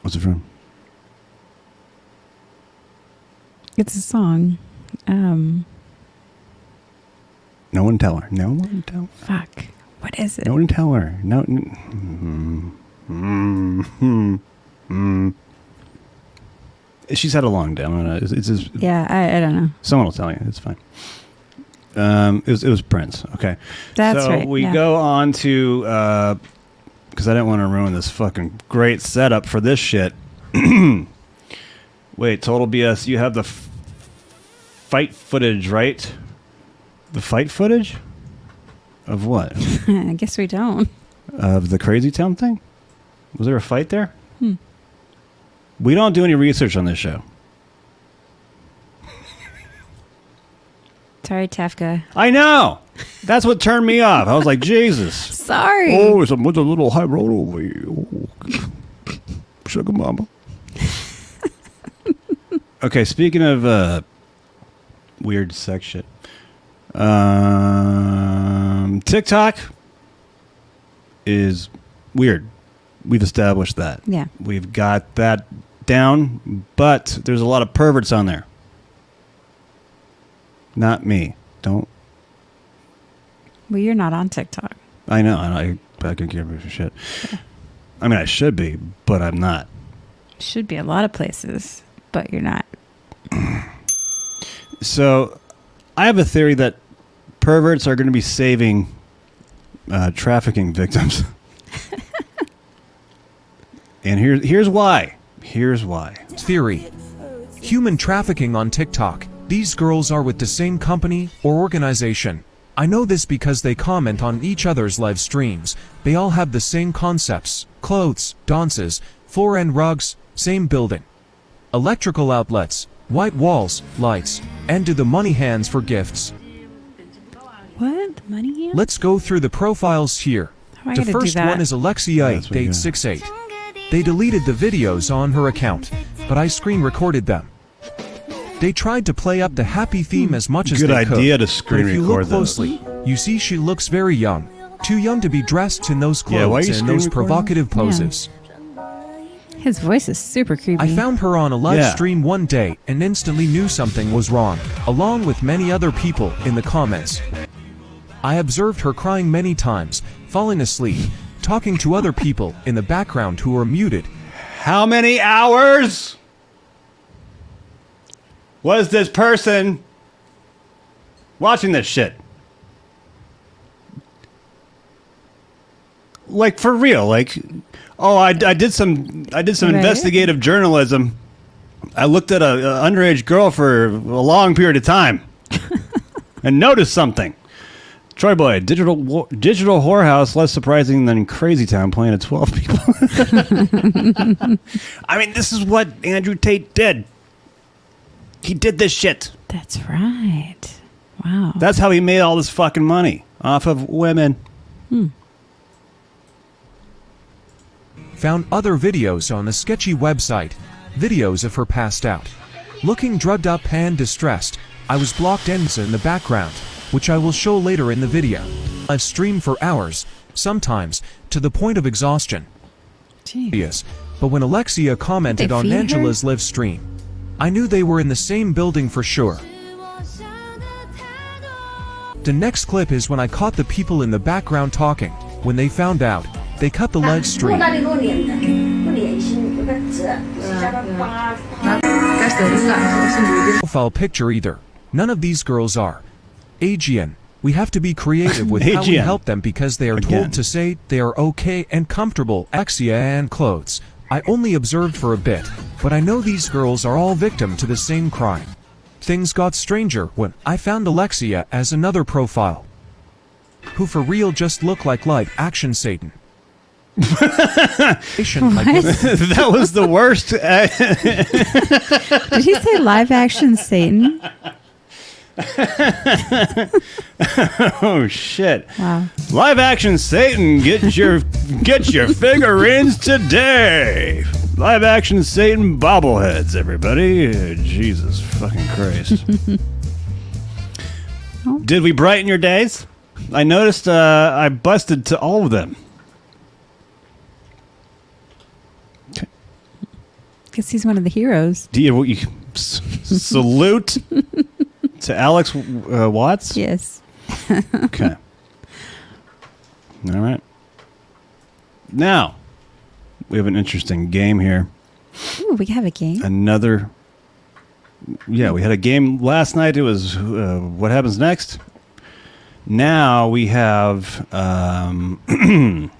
B: What's it from?
C: It's a song. Um,
B: No one tell her. No one tell her.
C: fuck. What is it?
B: No one tell her. No. Mm, mm, mm, mm. She's had a long day. I'm gonna. It's, it's just,
C: Yeah, I, I don't know.
B: someone will tell you. It's fine. Um, it was it was Prince. Okay,
C: That's
B: so
C: right,
B: we
C: yeah.
B: go on to because I didn't want to ruin this fucking great setup for this shit. Wait, total BS. You have the f- fight footage, right? The fight footage of what?
C: I guess we don't.
B: of the crazy town thing? Was there a fight there? We don't do any research on this show.
C: Sorry, Tafka.
B: I know. That's what turned me off. I was like, Jesus.
C: Sorry.
B: Oh, it's a bunch of little high road over here. Oh. Sugar mama. okay, speaking of uh, weird sex shit, um, TikTok is weird. We've established that.
C: Yeah.
B: We've got that down, but there's a lot of perverts on there. Not me. Don't.
C: Well, you're not on TikTok.
B: I know. I, I, I could give a shit. I mean, I should be, but I'm not.
C: Should be a lot of places, but you're not.
B: So I have a theory that perverts are going to be saving uh, trafficking victims. and here, here's why. Here's why.
J: Theory Human trafficking on TikTok. These girls are with the same company or organization. I know this because they comment on each other's live streams. They all have the same concepts clothes, dances, floor and rugs, same building. Electrical outlets, white walls, lights, and do the money hands for gifts.
C: What? The money hand?
J: Let's go through the profiles here.
C: How am I
J: the
C: gonna do
J: first
C: that?
J: one is Alexia,
B: what you
J: date 68. They deleted the videos on her account, but I screen recorded them. They tried to play up the happy theme as much as
B: Hmm. Good
J: they could.
B: idea to
J: but
B: screen
J: if you
B: record
J: look closely, you see she looks very young, too young to be dressed in those
B: Yeah, why are
J: clothes
B: you
J: and those
B: screen recording?
J: provocative
C: Yeah.
J: poses.
C: His voice is super creepy.
J: I found her on a live
B: Yeah.
J: stream one day and instantly knew something was wrong, along with many other people in the comments. I observed her crying many times, falling asleep, talking to other people in the background who were muted.
B: How many hours was this person watching this shit? Like for real? Like, oh, I, I did some I did some
C: Right.
B: investigative journalism. I looked at a, a underage girl for a long period of time and noticed something. Troy Boy, digital wo- digital whorehouse, less surprising than Crazy Town playing at twelve people. I mean, this is what Andrew Tate did. He did this shit.
C: That's right. Wow.
B: That's how he made all this fucking money off of women.
J: Found other videos on a sketchy website, videos of her passed out. Looking drugged up and distressed, I was blocked ends in the background, which I will show later in the video. I've streamed for hours, sometimes, to the point of exhaustion.
C: Jeez.
J: Yes, but when Alexia commented
C: They
J: on
C: feed her?
J: Angela's live stream, I knew they were in the same building for sure. The next clip is when I caught the people in the background talking. When they found out, they cut the
C: Ah.
J: live stream. Profile picture either. None of these girls are. Aegean, we have to be creative with how we
B: Aegean.
J: help them because they are
B: Again.
J: told to say they are okay and comfortable. Axia and clothes. I only observed for a bit, but I know these girls are all victim to the same crime. Things got stranger when I found Alexia as another profile, who for real just looked like live action Satan. Satan, like
B: that was the worst. Uh,
C: Did he say live action Satan?
B: oh shit!
C: Wow.
B: Live action Satan, get your get your figurines today. Live action Satan bobbleheads, everybody. Uh, Jesus fucking Christ! Did we brighten your days? I noticed uh, I busted to all of them.
C: Because he's one of the heroes.
B: Do you, you s- salute to Alex uh, Watts?
C: Yes.
B: Okay. All right. Now, we have an interesting game here.
C: Ooh, we have a game.
B: Another. Yeah, we had a game last night. It was uh, What Happens Next. Now we have. Um,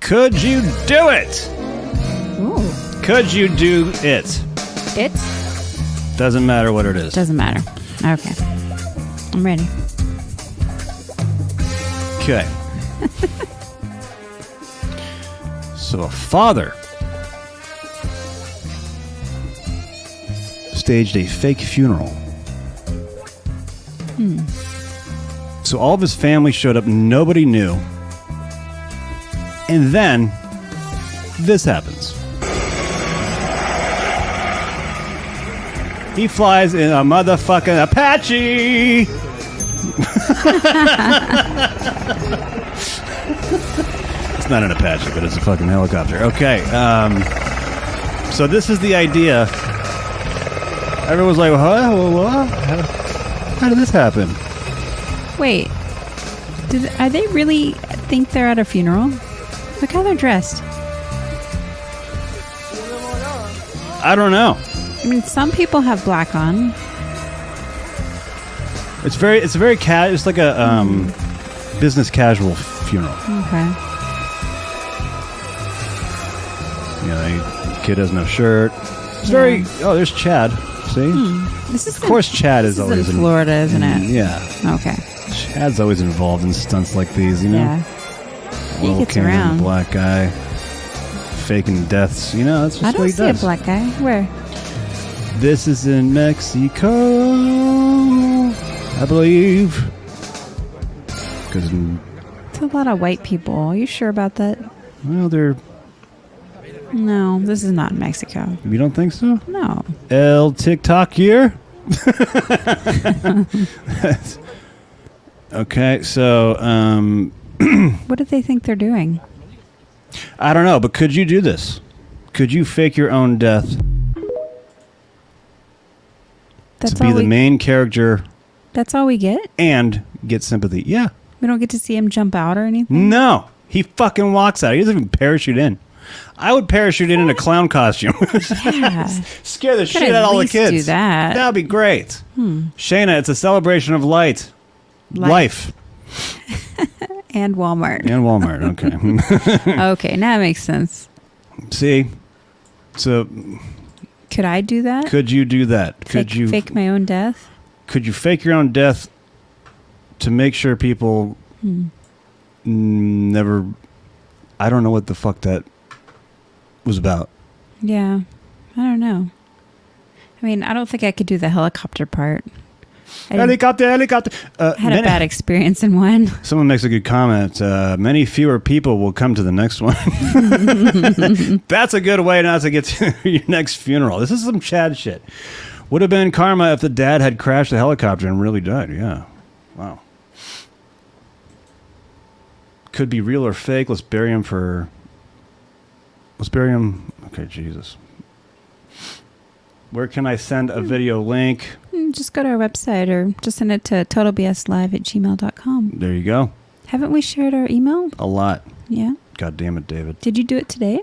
B: could you do it?
C: Ooh.
B: Could you do it?
C: It
B: Doesn't matter what it is.
C: doesn't matter. Okay. I'm ready.
B: Okay. so a father staged a fake funeral. So all of his family showed up, nobody knew. And then this happens. He flies in a motherfucking Apache. It's not an Apache, but it's a fucking helicopter. Okay. Um, so this is the idea. Everyone's like, huh? Wha- wha- How, how did this happen?
C: Wait. Did, are they really think they're at a funeral? Look how they're dressed.
B: I don't know.
C: I mean, some people have black on.
B: It's very, it's very cat. It's like a, um, business casual funeral.
C: Okay.
B: You know, the kid has no shirt. It's very. Oh, there's Chad. See,
C: Hmm. This is
B: of course, Chad is
C: this
B: always
C: in Florida, isn't it?
B: Yeah,
C: Okay.
B: Chad's always involved in stunts like these. You know,
C: Yeah. He
B: Little
C: gets
B: Cajun
C: around.
B: black guy faking deaths. You know, that's just
C: I don't
B: what he
C: see a
B: does.
C: black guy. Where?
B: This is in Mexico, I believe. Because
C: It's a lot of white people. Are you sure about that?
B: well, they're.
C: No, this is not Mexico.
B: You don't think so?
C: No.
B: El TikTok year. okay, so um,
C: What do they think they're doing?
B: I don't know, but could you do this? Could you fake your own death
C: That's
B: to be
C: all
B: the
C: we.
B: main character
C: that's all we get.
B: and get sympathy? Yeah.
C: We don't get to see him jump out or anything.
B: No, he fucking walks out. He doesn't even parachute in. I would parachute in in a clown costume.
C: Yeah.
B: Scare the
C: Could
B: shit
C: at
B: out of all the
C: least
B: kids.
C: do that. Hmm.
B: would be great. Shayna, it's a celebration of light,
C: Life.
B: life,
C: and Walmart.
B: and Walmart. Okay.
C: okay, now that makes sense.
B: See, so
C: Could I do that?
B: could you do that? could
C: fake,
B: you
C: fake my own death?
B: could you fake your own death to make sure people
C: Hmm.
B: n- never? I don't know what the fuck that was about.
C: Yeah, I don't know. I mean, I don't think I could do the helicopter part. I didn't-
B: Helicopter, helicopter. Uh,
C: had a
B: many-
C: bad experience in one.
B: Someone makes a good comment. Uh, many fewer people will come to the next one. That's a good way not to get to your next funeral. This is some Chad shit. Would have been karma if the dad had crashed the helicopter and really died. Yeah. Wow. Could be real or fake. Let's bury him for. Let's bury him. Okay, Jesus. Where can I send a video link?
C: Mm, Just go to our website or just send it to totalbslive at gmail.com.
B: There you go.
C: Haven't we shared our email?
B: A lot.
C: Yeah.
B: God damn it, David.
C: Did you do it today?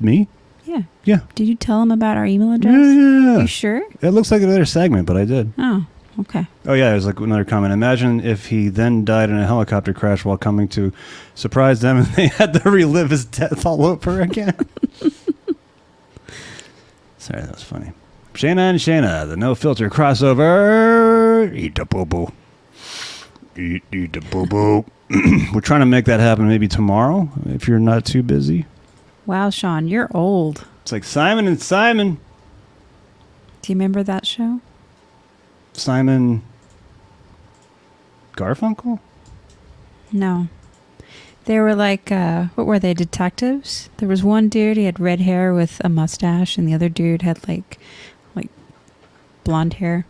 B: Me?
C: Yeah.
B: Yeah.
C: Did you tell them about our email
B: Yeah,
C: address?
B: yeah, yeah.
C: You sure?
B: It looks like another segment, but I did.
C: Oh, okay.
B: Oh yeah, there's like another comment. Imagine if he then died in a helicopter crash while coming to surprise them, and they had to relive his death all over again. Sorry, that was funny. Shayna and Shayna, the no filter crossover. Eat the boo boo. Eat, eat the boo boo. We're trying to make that happen maybe tomorrow if you're not too busy.
C: Wow, Sean, you're old.
B: It's like Simon and Simon.
C: Do you remember that show?
B: Simon Garfunkel?
C: No. They were like, uh, what were they, detectives? There was one dude, he had red hair with a mustache, and the other dude had like, like, blonde hair.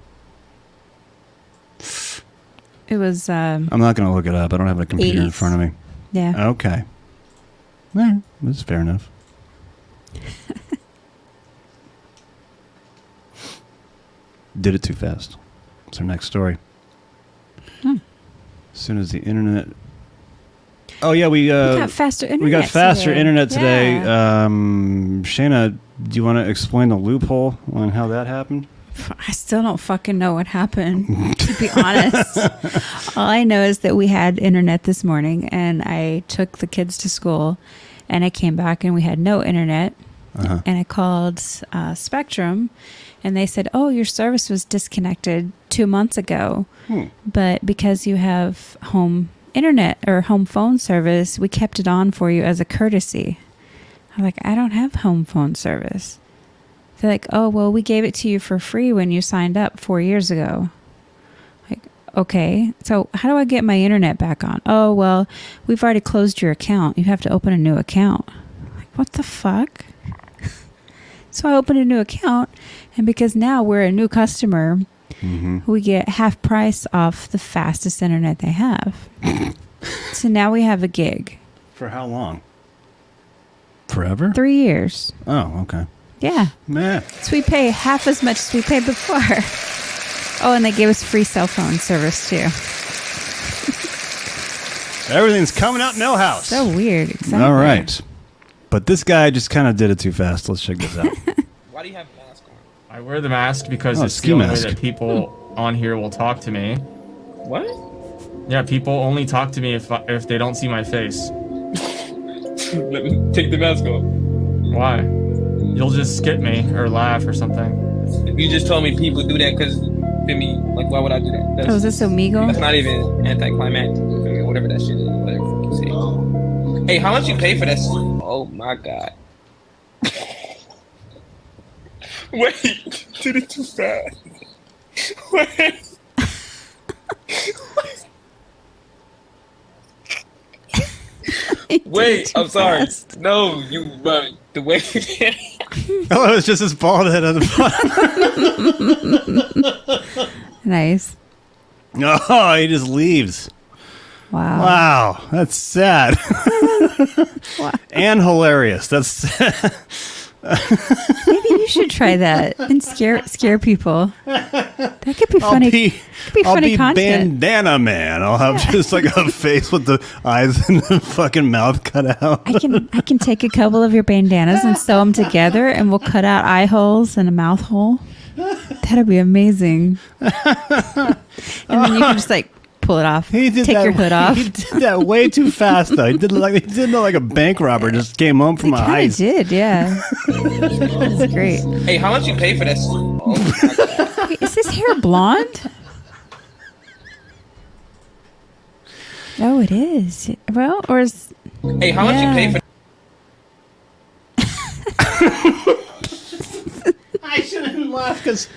C: It was, um,
B: I'm not going to look it up. I don't have a computer in
C: 80s.
B: front of me.
C: yeah.
B: Okay. Well, that's fair enough. Did it too fast. It's our next story.
C: Hmm.
B: As soon as the internet. Oh, yeah, we. Uh,
C: we got faster internet.
B: we got faster
C: today.
B: internet today.
C: Yeah.
B: Um, Shayna, do you want to explain the loophole on how that happened?
C: I still don't fucking know what happened, to be honest. All I know is that we had internet this morning and I took the kids to school and I came back and we had no internet. And I called uh, Spectrum and they said, Oh, your service was disconnected two months ago. But because you have home internet or home phone service, we kept it on for you as a courtesy. I'm like, I don't have home phone service. They're like, oh, well, we gave it to you for free when you signed up four years ago. Like, okay, so how do I get my internet back on? Oh, well, we've already closed your account. You have to open a new account. Like, what the fuck? so I opened a new account, and because now we're a new customer, we get half price off the fastest internet they have. so now we have a gig.
B: For how long? Forever?
C: Three years.
B: Oh, okay.
C: Yeah.
B: Meh.
C: So we pay half as much as we paid before. Oh, and they gave us free cell phone service too.
B: Everything's coming out Millhouse.
C: So weird. Exactly.
B: All right. But this guy just kind of did it too fast. Let's check this out.
K: Why do you have a mask on? I wear the mask because
B: Oh,
K: it's
B: ski
K: the only
B: mask. Hmm.
K: way that people on here will talk to me. What? Yeah, people only talk to me if I, if they don't see my face.
L: Let me take the mask off.
K: Why? You'll just skip me or laugh or something.
L: You just told me people do that because I mean, like, why would I do that?
C: Oh, is this Omegle?
L: That's not even anticlimactic. you feel me? Whatever that shit is. Whatever the fuck you say. Hey, how much you pay for that? Oh my god. Wait, you did it too fast. Wait. Wait, I'm sorry. No, you, but the way you did it.
B: Oh, it's just his bald head on the
C: Nice.
B: Oh, he just leaves.
C: Wow.
B: Wow. That's sad. And hilarious. That's
C: Maybe you should try that and scare scare people. That could be
B: I'll
C: funny.
B: be-
C: could be
B: I'll
C: funny
B: be
C: content.
B: bandana man. I'll have just like a face with the eyes and the fucking mouth cut out.
C: I can I can take a couple of your bandanas and sew them together, and we'll cut out eye holes and a mouth hole. That'd be amazing. and then you can just like pull it off. He did take
B: that
C: your hood
B: way-
C: off.
B: he did that way too fast though. He did like he did look like a bank robber just came home from a
C: I
B: heist.
C: did, yeah. That's great.
L: Hey, how much you pay for that? Oh,
C: Wait, is his hair blonde? Oh, it is. Well, or is
L: Hey, how much you pay for?
B: I shouldn't laugh because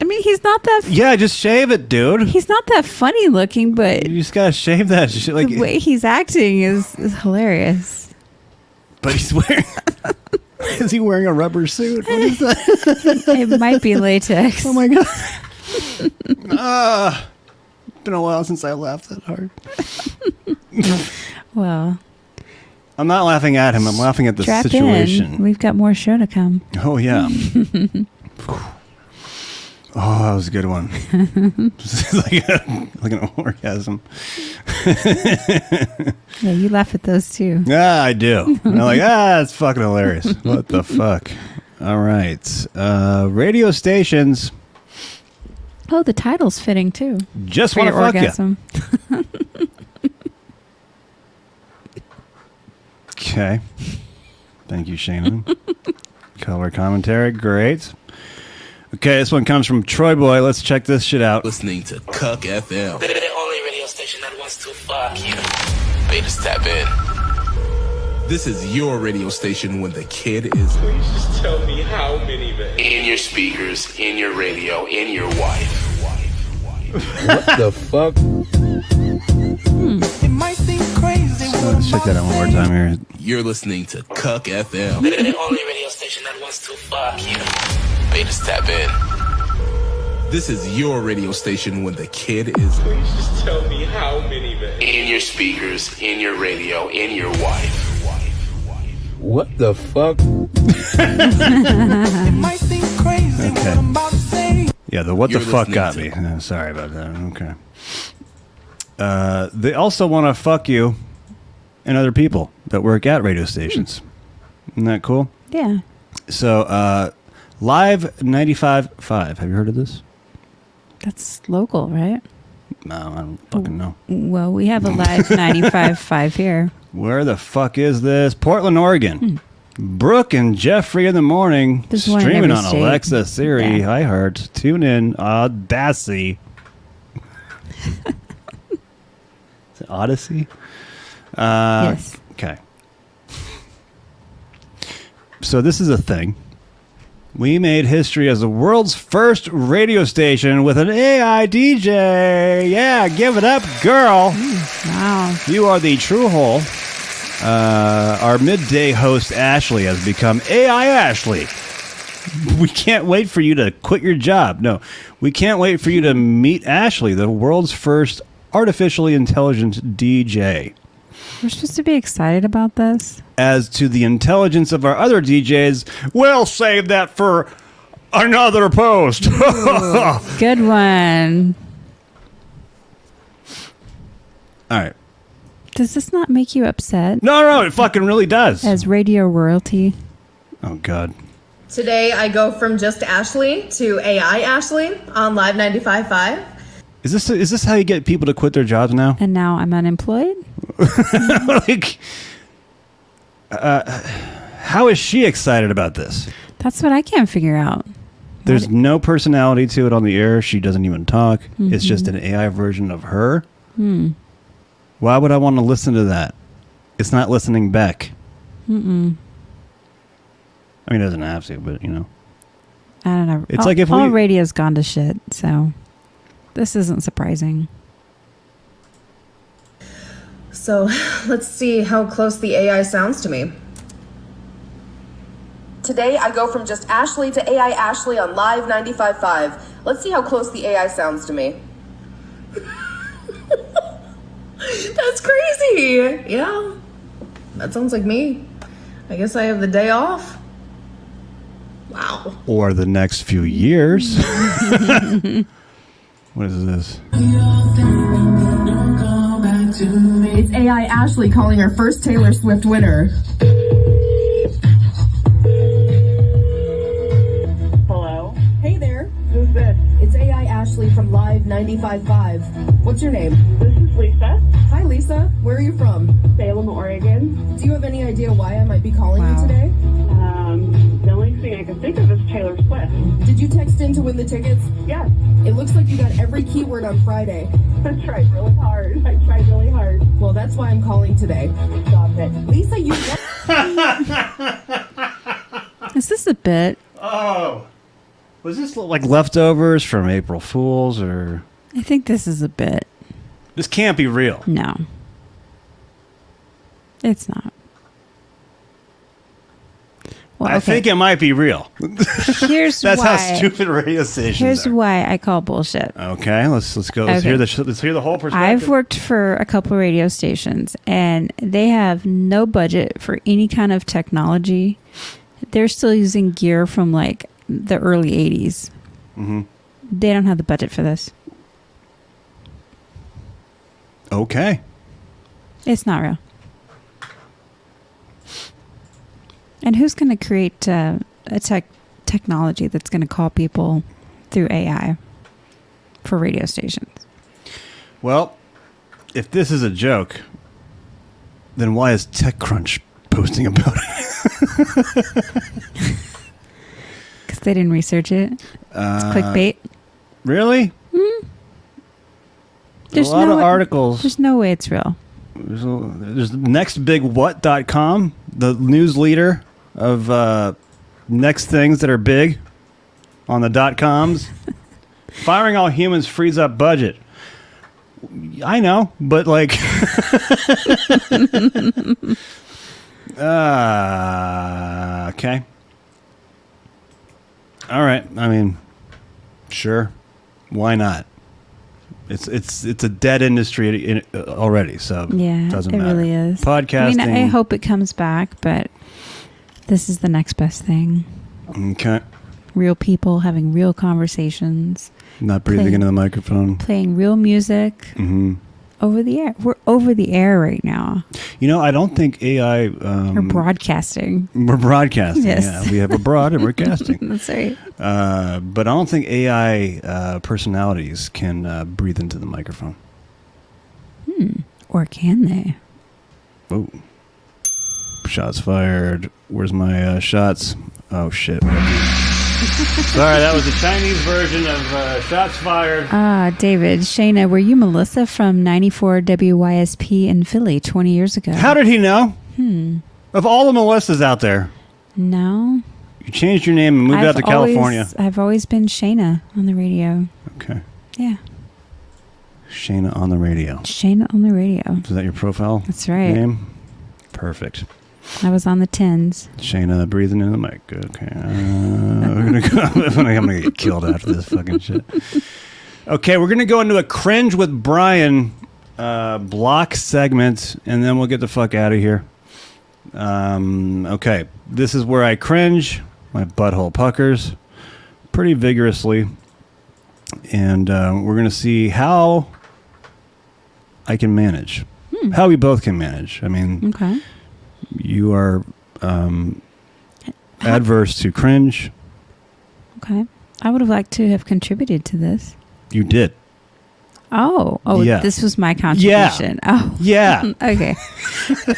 C: I mean, he's not that
B: Yeah, just shave it, dude.
C: he's not that funny looking, but
B: You just gotta shave that shit. Like,
C: the way he's acting is, is hilarious.
B: but he's wearing. is he wearing a rubber suit? What is that?
C: it might be latex. Oh
B: my god. Uh, been a while since I laughed that hard.
C: Well,
B: I'm not laughing at him. I'm laughing at the
C: strap
B: situation.
C: in. We've got more show to come.
B: Oh yeah. Oh, that was a good one. It's like, a, like an orgasm.
C: Yeah, you laugh at those too.
B: Yeah, I do. And I'm like, ah, it's fucking hilarious. What the fuck? All right. Uh, radio stations
C: Oh, the title's fitting too.
B: Just
C: For
B: wanna
C: your
B: fuck ya.
C: orgasm.
B: Okay. Thank you, Shannon. Color commentary. Great. Okay, this one comes from Troy Boy. Let's check this shit out. Listening to Cuck
M: They're
B: FM.
M: the only radio station that wants to fuck you. They just tap in. This is your radio station when the kid is. Please just tell me how many. In your speakers, in your radio, in your wife.
B: What the fuck?
M: Hmm. It might seem crazy.
B: Let's check that out one more time here.
M: You're listening to Cuck FM. They're the only radio station that wants to fuck you. They just tap in. This is your radio station when the kid is. Please just tell me how many. In your speakers, in your radio, in your wife.
B: What the fuck?
M: it might seem crazy
B: Okay.
M: what I'm about to say.
B: Yeah, the what
M: You're
B: the fuck
M: listening
B: got
M: to-
B: me. Uh, sorry about that. Okay. Uh, they also want to fuck you and other people that work at radio stations. Isn't that cool?
C: Yeah.
B: So, uh, Live 95.5. Have you heard of this?
C: That's local, right?
B: No, I don't fucking know.
C: Well, we have a live 95.5 here.
B: Where the fuck is this? Portland, Oregon. Brooke and Jeffrey in the morning.
C: Hmm. This is one I
B: streaming
C: never
B: on
C: stayed.
B: Alexa, Siri, iHeart, TuneIn, Audacity. is it Odyssey? Uh,
C: Yes.
B: Okay. So this is a thing. We made history as the world's first radio station with an AI DJ. Yeah, give it up, girl.
C: Wow.
B: You are the true whole. Uh, our midday host, Ashley, has become AI Ashley. We can't wait for you to quit your job. No, we can't wait for you to meet Ashley, the world's first artificially intelligent DJ.
C: We're supposed to be excited about this.
B: As to the intelligence of our other DJs, we'll save that for another post. All
C: Good one.
B: right.
C: Does this not make you upset?
B: No, no, it fucking really does.
C: As radio royalty.
B: Oh, God.
N: Today I go from just Ashley to AI Ashley on Live 95.5.
B: Is this is this how you get people to quit their jobs now?
C: And now I'm unemployed.
B: like, uh, how is she excited about this?
C: That's what I can't figure out.
B: There's no personality to it on the air. She doesn't even talk. It's
C: Mhm.
B: just an AI version of her.
C: Hmm.
B: Why would I want to listen to that? It's not listening back.
C: Mm-mm.
B: I mean, it doesn't have to, but you know.
C: I don't know.
B: It's
C: all,
B: like if
C: all
B: we-
C: radio's gone to shit, so this isn't surprising.
N: So let's see how close the AI sounds to me. Today I go from just Ashley to AI Ashley on Live 95.5. Let's see how close the AI sounds to me. That's crazy. Yeah. That sounds like me. I guess I have the day off. Wow.
B: Or the next few years. what is this?
N: It's AI Ashley calling our first Taylor Swift winner. Hello. Hey there. Who's this? It's AI Ashley from Live 95.5. What's your name? This is Lisa. Hi, Lisa. Where are you from? Salem, Oregon. Do you have any idea why I might be calling you today? Um, the only thing I can think of is Taylor Swift. Did you text in to win the tickets? Yes. It looks like you got every keyword on Friday. I tried really hard. I tried really hard. Well, that's why I'm calling today. Stop it. Lisa, you.
C: Is this a bit?
B: Oh. Was this like leftovers from April Fools or
C: I think this is a bit.
B: this can't be real.
C: No. It's not. Well,
B: I
C: okay.
B: think it might be real.
C: Here's
B: That's
C: why.
B: how stupid radio stations
C: Here's
B: are.
C: why I call bullshit.
B: Okay, let's let's go. Let's
C: Okay.
B: hear the sh- let's hear the whole perspective.
C: I've worked for a couple radio stations and they have no budget for any kind of technology. They're still using gear from like the early 80s.
B: Mhm.
C: They don't have the budget for this.
B: Okay.
C: It's not real. And who's going to create uh, a tech technology that's going to call people through AI for radio stations?
B: Well, if this is a joke, then why is TechCrunch posting about it?
C: Because they didn't research it. It's
B: Uh,
C: clickbait. Hmm?
B: Really?
C: There's
B: a lot
C: no
B: of
C: way-
B: articles.
C: There's no way it's real.
B: There's, a, there's next big what.com, the news leader of uh, next things that are big on the dot coms. Firing all humans frees up budget. I know, but like. uh, okay. All right. I mean, sure. Why not? It's it's it's a dead industry in, uh, already, so
C: Yeah,
B: it doesn't
C: it
B: matter.
C: really is.
B: Podcasting.
C: I mean, I hope it comes back, but this is the next best thing.
B: Okay.
C: Real people having real conversations,
B: Not breathing
C: Play-
B: into the microphone.
C: playing real music
B: hmm
C: over the air. We're over the air right now.
B: You know, I don't think AI. Um,
C: We're broadcasting.
B: We're broadcasting.
C: Yes.
B: Yeah, we have a broad and we're casting.
C: That's right.
B: Uh, but I don't think AI uh, personalities can uh, breathe into the microphone.
C: Hmm. Or can they?
B: Oh, shots fired. Where's my uh, shots? Oh shit! Sorry, that was the Chinese version of uh, shots fired.
C: Ah, David, Shayna, were you Melissa from 94 WYSP in Philly 20 years ago?
B: How did he know?
C: Hmm.
B: Of all the Melissas out there,
C: No.
B: you changed your name and moved out to
C: always-
B: California.
C: I've always been Shayna on the radio.
B: Okay,
C: Yeah.
B: Shayna on the radio.
C: Shayna on the radio.
B: Is that your profile?
C: That's right.
B: Name. Perfect.
C: I was on the tens.
B: Shayna breathing in the mic. Okay, uh, we're gonna go, I'm gonna get killed after this fucking shit. Okay, we're gonna go into a cringe with Brian uh, block segment, and then we'll get the fuck out of here. Um, okay, this is where I cringe. My butthole puckers pretty vigorously, and uh, we're gonna see how I can manage. How we both can manage. I mean,
C: Okay.
B: you are um, adverse to cringe.
C: Okay. I would have liked to have contributed to this.
B: You did.
C: Oh, oh,
B: Yeah.
C: this was my contribution. Oh,
B: yeah.
C: okay,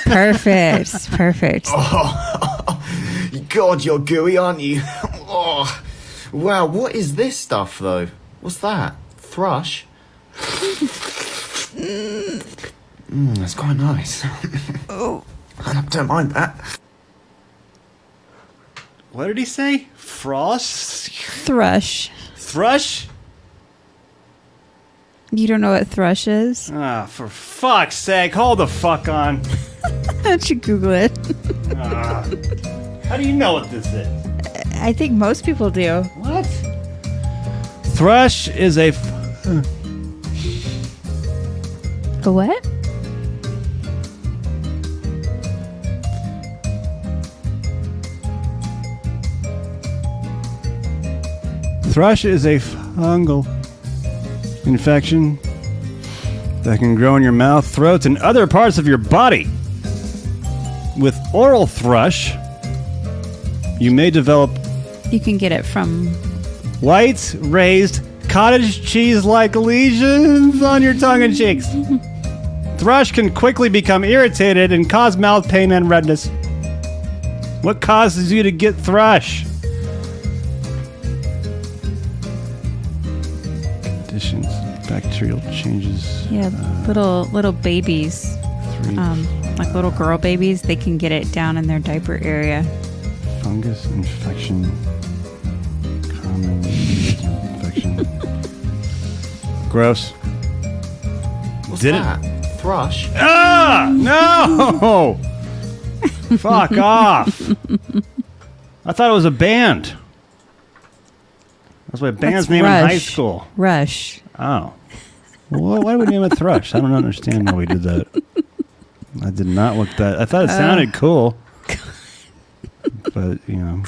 C: perfect, perfect.
B: Oh.
O: Oh. God, you're gooey, aren't you? oh, wow, what is this stuff, though? What's that? Thrush? Mm, that's quite nice. oh. I don't mind that.
B: What did he say? Frost?
C: Thrush.
B: Thrush?
C: You don't know what thrush is?
B: Ah, for fuck's sake, hold the fuck on.
C: Why don't you Google it?
B: Ah. how do you know what this is?
C: I think most people do.
B: What? Thrush is a. F-
C: The what?
B: Thrush is a fungal infection that can grow in your mouth, throat, and other parts of your body. With oral thrush, you may develop
C: You can get it from.
B: white, raised, cottage cheese like lesions on your tongue and cheeks. Thrush can quickly become irritated and cause mouth pain and redness. What causes you to get thrush? Conditions, bacterial changes.
C: Yeah, little little babies,
B: Three.
C: um, like little girl babies. They can get it down in their diaper area.
B: Fungus infection. Common infection. Gross. Did it?
O: Thrush?
B: Ah! No! Fuck off! I thought it was a band. That's my band's name in high
C: Rush.
B: school.
C: Rush.
B: Oh. Well, why do we name it Thrush? I don't understand why we did that. I did not look that. I thought it
C: Uh.
B: sounded cool. But, you know.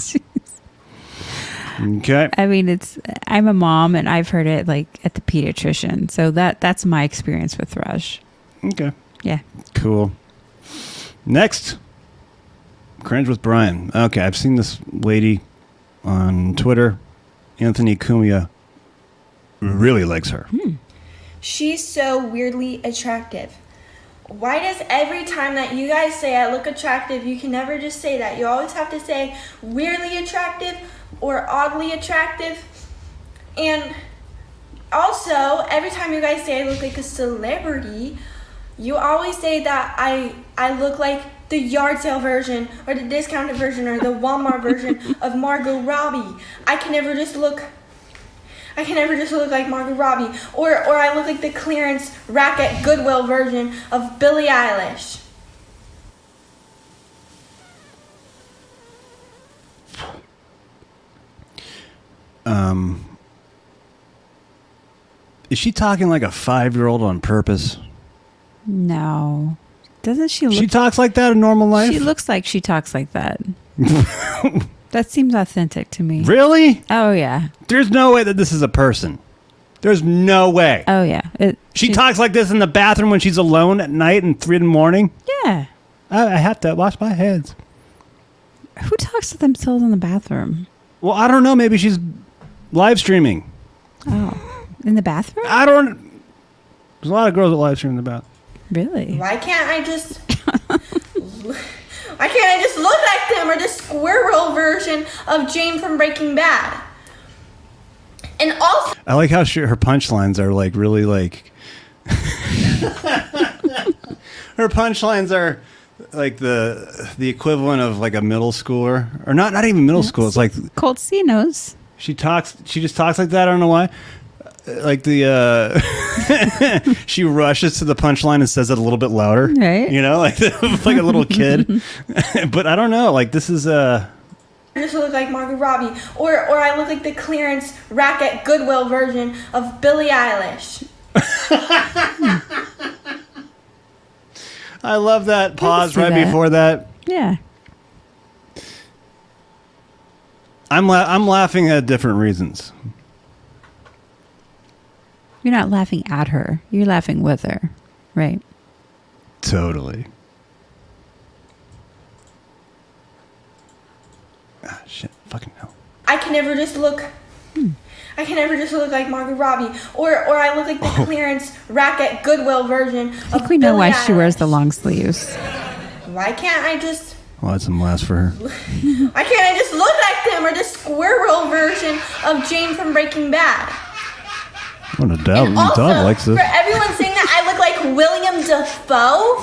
B: Okay.
C: I mean, it's. I'm a mom, and I've heard it like at the pediatrician. So that that's my experience with thrush.
B: Okay.
C: Yeah.
B: Cool. Next, cringe with Brian. Okay, I've seen this lady on Twitter. Anthony Cumia really likes her.
C: Hmm.
P: She's so weirdly attractive. Why does every time that you guys say I look attractive, you can never just say that? You always have to say weirdly attractive or oddly attractive. And also, every time you guys say I look like a celebrity, you always say that I I look like the yard sale version or the discounted version or the Walmart version of Margot Robbie. I can never just look I can never just look like Margot Robbie, or or I look like the clearance rack at Goodwill version of Billie Eilish.
B: Um, is she talking like a five year old on purpose?
C: No. Doesn't she look
B: She talks like that in normal life?
C: She looks like she talks like that. that seems authentic to me.
B: Really?
C: Oh yeah.
B: There's no way that this is a person. There's no way.
C: Oh yeah. It,
B: She talks like this in the bathroom when she's alone at night and three in the morning.
C: Yeah.
B: I, I have to wash my hands.
C: Who talks to themselves in the bathroom?
B: Well, I don't know. Maybe she's live streaming.
C: Oh, in the bathroom?
B: I don't. There's a lot of girls that live stream in the bathroom.
C: Really?
P: Why can't I just? why can't I just look like them or the squirrel version of Jane from Breaking Bad? And also,
B: I like how she, her punchlines are like really like. her punchlines are like the the equivalent of like a middle schooler or not not even middle school. It's like
C: Colt C knows.
B: she talks. She just talks like that. I don't know why. Uh, Like the uh she rushes to the punchline and says it a little bit louder.
C: Right.
B: You know, like like a little kid. but I don't know. Like this is uh
P: I just look like Margot Robbie, or or I look like the clearance rack at Goodwill version of Billie Eilish.
B: I love that pause
C: see
B: right
C: that.
B: before that.
C: Yeah.
B: I'm la- I'm laughing at different reasons.
C: You're not laughing at her. You're laughing with her. Right.
B: Totally. Ah, shit. Fucking hell.
P: I can never just look. I can never just look like Margot Robbie, or or I look like the clearance rack at Goodwill version.
C: Oh. I think we know why she wears the long sleeves.
P: Why can't I just?
B: Well, that's some last for her.
P: Why can't I just look like them, or the squirrel version of Jane from Breaking Bad?
B: What a doubt.
C: Mm,
B: You
P: Also,
B: Don likes this.
P: for everyone saying that I look like William Defoe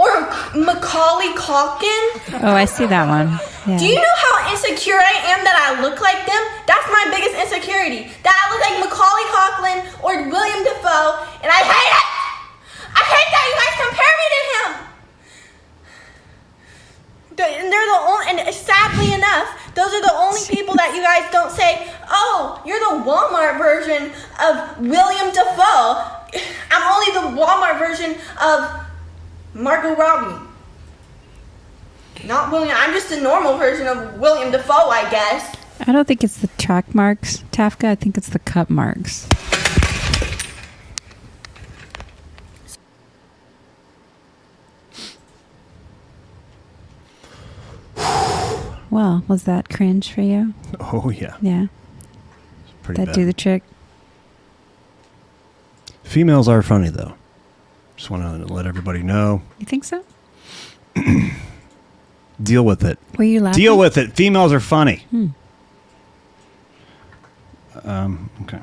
P: or Macaulay Calkin.
C: Hmm. Oh, I see that one. Yeah.
P: Do you know how insecure I am that I look like them? That's my biggest insecurity. That I look like Macaulay Calkin or William Defoe, and I hate it. I hate that you guys compare me to him. The- And they're the only, and sadly enough, those are the only people that you guys don't say, oh, you're the Walmart version of William Defoe. I'm only the Walmart version of Margot Robbie. Not William, I'm just a normal version of William Defoe, I guess.
C: I don't think it's the track marks, Tafka. I think it's the cut marks. Well, was that cringe for you?
B: Oh, yeah.
C: Yeah.
B: Pretty
C: that
B: bad.
C: do the trick.
B: Females are funny, though. Just want to let everybody know.
C: You think so?
B: Deal with it.
C: Were you laughing?
B: Deal with it. Females are funny.
C: Hmm.
B: Um, okay.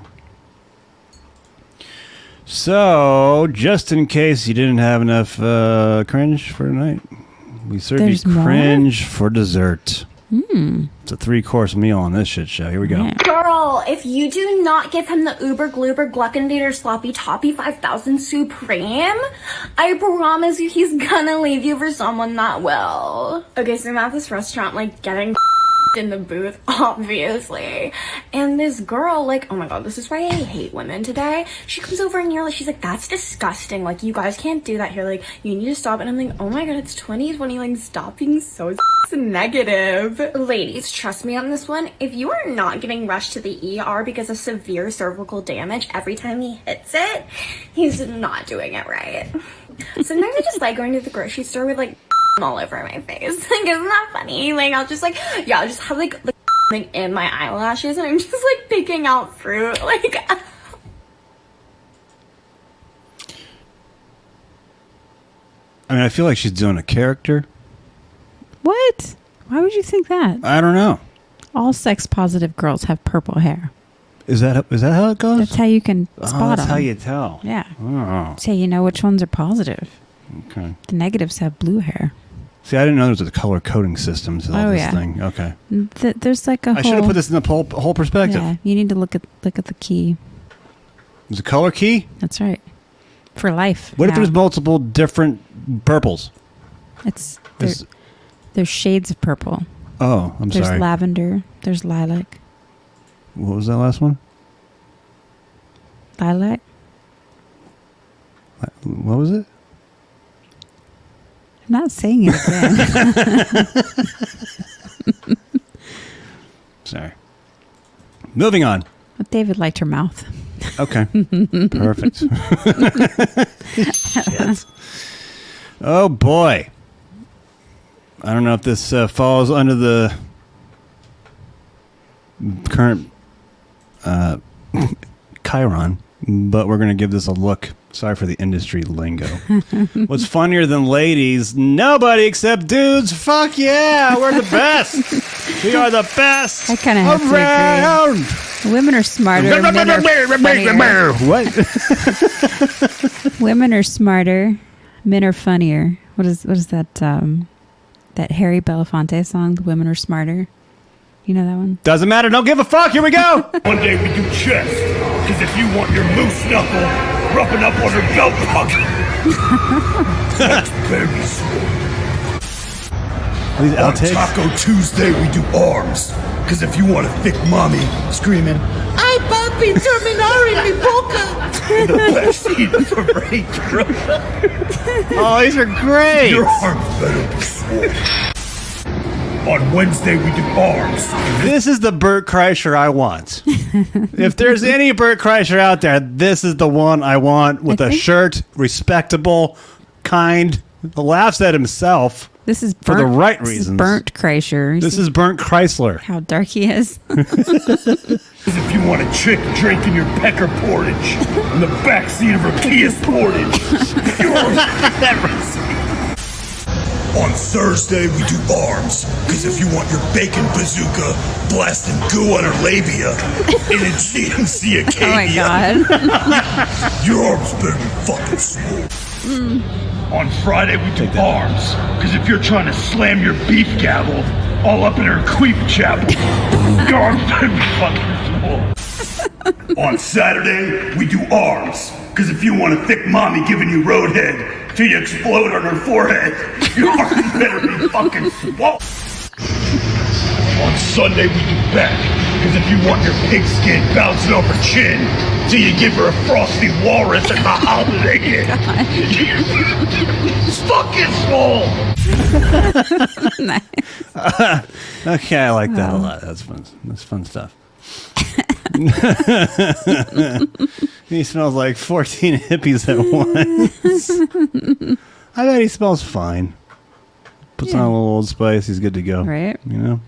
B: So, just in case you didn't have enough uh, cringe for tonight, we served
C: There's
B: you
C: more?
B: cringe for dessert.
C: Hmm.
B: It's a three course meal on this shit show. Here we go.
Q: Girl, if you do not give him the Uber Gloober Gluckendater Sloppy Toppy 5000 Supreme, I promise you he's gonna leave you for someone not well. Okay, so I'm at this restaurant, like, getting in the booth, obviously. And this girl, like, oh my god, this is why I hate women today. She comes over and you're like, she's like, that's disgusting. Like, you guys can't do that here. Like, you need to stop. And I'm like, oh my god, it's 2020. Like, stop being so negative. Ladies, trust me on this one. If you are not getting rushed to the ER because of severe cervical damage every time he hits it, he's not doing it right. Sometimes I just like going to the grocery store with like all over my face. Like, isn't that funny? Like, I'll just like, yeah, I'll just have like, like, like in my eyelashes and I'm just like picking out fruit. Like,
B: I mean, I feel like she's doing a character.
C: What? Why would you think that?
B: I don't know.
C: All sex positive girls have purple hair.
B: Is that is that how it goes?
C: That's how you can
B: Oh,
C: spot
B: that's
C: them.
B: how you tell.
C: Yeah.
B: Oh,
C: So you know which ones are positive.
B: okay.
C: The negatives have blue hair.
B: See, I didn't know there was a color coding system to all
C: Oh,
B: this
C: yeah.
B: thing. Okay.
C: Th- there's like a
B: I should have
C: whole-
B: put this in the whole, whole perspective.
C: Yeah, you need to look at look at the key.
B: There's a color key.
C: That's right. For life.
B: What if
C: now.
B: there's multiple different purples?
C: It's there,
B: Is-
C: there's shades of purple.
B: Oh, I'm
C: there's
B: sorry.
C: lavender. There's lilac.
B: what was that last one?
C: Lilac.
B: What was it?
C: I'm not saying it again.
B: Sorry. Moving on.
C: but David liked her mouth.
B: Okay. Perfect. Shit. Oh boy. I don't know if this uh, falls under the current uh, Chiron, but we're going to give this a look. Sorry for the industry lingo. What's funnier than ladies? Nobody except dudes. Fuck yeah, Oh, we're the best. we are the best.
C: I kind of have to agree. Women are smarter. men are funnier.
B: What?
C: Women are smarter. Men are funnier. What is what is that? Um, that Harry Belafonte song, "The Women Are Smarter." You know that one?
B: Doesn't matter. Don't give a fuck. Here we go.
R: One day we do chest, because if you want your moose knuckle, rubbing up on her belt buckle. That's babies.
B: These
R: On
B: outtakes?
R: Taco Tuesday we do arms, because if you want a thick mommy screaming,
D: I papi terminare mi
R: the
D: boca.
R: best eat for break.
B: oh, these are great.
R: Your arms better be swole. On Wednesday we do arms.
B: This is the Burt Kreischer I want. if there's any Burt Kreischer out there, this is the one I want with a shirt, respectable, kind, laughs at himself.
C: This is burnt,
B: For the right
C: this is
B: reasons.
C: Burnt Kreischer. You
B: This
C: see
B: is Burnt Chrysler.
C: how dark he is.
R: If you want a chick drinking your pecker portage in the backseat of her Kia Sportage. Oh
S: On Thursday, we do arms, because if you want your bacon bazooka blasting goo on her labia in a GMC Acadia,
R: god.
S: your arms better be fucking smooth.
R: On Friday, we do arms, because if you're trying to slam your beef gavel all up in her queef chapel, your arms better be fucking small. On Saturday, we do arms, because if you want a thick mommy giving you roadhead till you explode on her forehead, your arms better be fucking swole. On Sunday, we do back, because if you want your pigskin bouncing off her chin till you give her a frosty walrus at the holiday inn, fucking swole.
B: okay, I like that a lot. That's fun. That's fun stuff. he smells like 14 hippies at once. I bet he smells fine. Puts on a little old spice. He's good to go.
C: Right.
B: You know?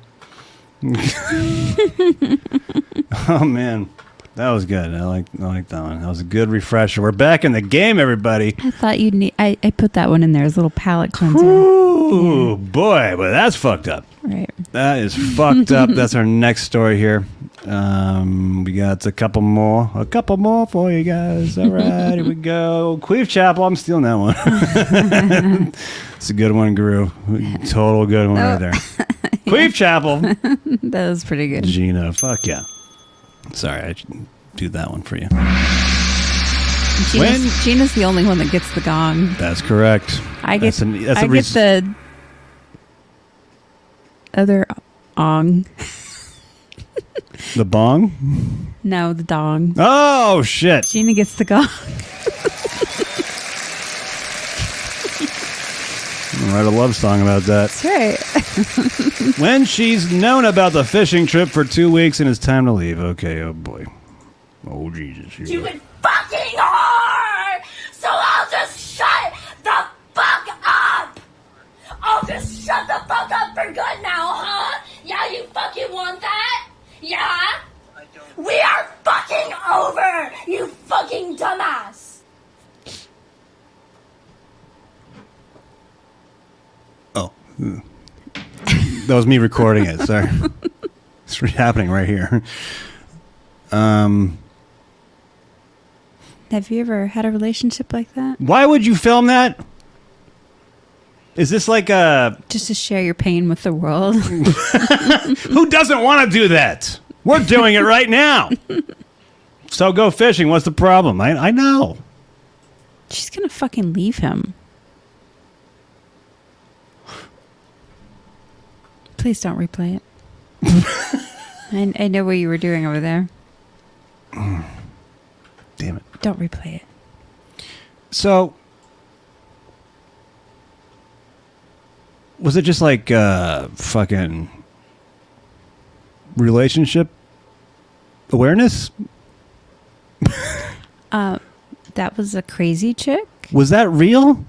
B: oh, man. That was good. I like I like that one. That was a good refresher. We're back in the game, everybody.
C: I thought you'd need. I, I put that one in there as a little palate cleanser.
B: Ooh, boy, but that's fucked up.
C: Right.
B: That is fucked up. That's our next story here. Um, we got a couple more, a couple more for you guys. All right, here we go. Queef Chapel. I'm stealing that one. it's a good one, Guru. Total good one
C: Oh.
B: right there. Queef Chapel.
C: that was pretty good.
B: Gina, fuck yeah. Sorry, I should do that one for you.
C: Gina's, Gina's the only one that gets the gong.
B: That's correct.
C: I get.
B: That's an- that's
C: I
B: a
C: get
B: res-
C: the other ong.
B: the bong.
C: No, the dong.
B: Oh shit!
C: Gina gets the gong.
B: I'm gonna write a love song about that.
C: That's right.
B: when she's known about the fishing trip for two weeks and it's time to leave. Okay, oh boy. Oh Jesus. here we
Q: You
B: go.
Q: can fucking whore! So I'll just shut the fuck up! I'll just shut the fuck up for good now, huh? Yeah, you fucking want that? Yeah? We are fucking over, you fucking dumbass!
B: Oh. Hmm. that was me recording it. Sorry. it's re- happening right here. Um,
C: Have you ever had a relationship like that?
B: why would you film that? Is this like a
C: Just to share your pain with the world.
B: who doesn't want to do that? We're doing it right now. so go fishing. What's the problem? I, I know.
C: She's gonna fucking leave him. Please don't replay it. I, I know what you were doing over there.
B: Damn it.
C: Don't replay it.
B: So, was it just like uh, fucking relationship awareness?
C: Uh, that was a crazy chick.
B: Was that real?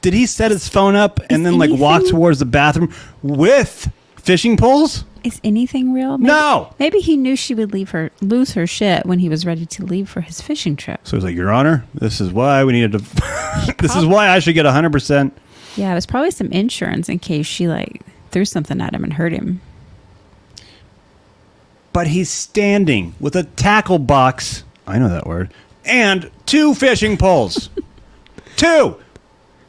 B: Did he set his phone up and then like walk towards the bathroom with fishing poles?
C: Is anything real?
B: No.
C: Maybe he knew she would leave her lose her shit when he was ready to leave for his fishing trip.
B: So he's like, Your Honor, this is why we needed to. this is why I should get hundred percent.
C: Yeah, it was probably some insurance in case she like threw something at him and hurt him.
B: But he's standing with a tackle box. I know that word. And two fishing poles. two.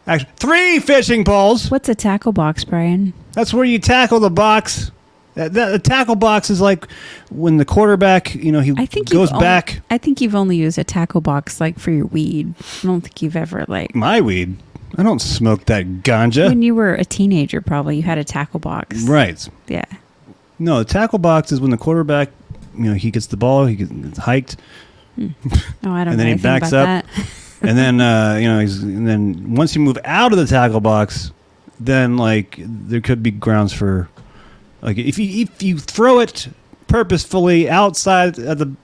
B: Actually, three fishing poles.
C: What's a tackle box, Brian?
B: That's where you tackle the box. That, that- the tackle box is like when the quarterback, you know, he
C: I think
B: goes
C: you've only-
B: back.
C: I think you've only used a tackle box like for your weed. I don't think you've ever like
B: My weed. I don't smoke that ganja.
C: when you were a teenager. Probably you had a tackle box.
B: right.
C: Yeah.
B: No, the tackle box is when the quarterback, you know, he gets the ball, he gets hiked,
C: Oh, I don't.
B: and
C: know
B: then he
C: anything
B: backs
C: about
B: up,
C: That.
B: and then uh, you know he's and then once you move out of the tackle box, then like there could be grounds for like if you if you throw it purposefully outside of the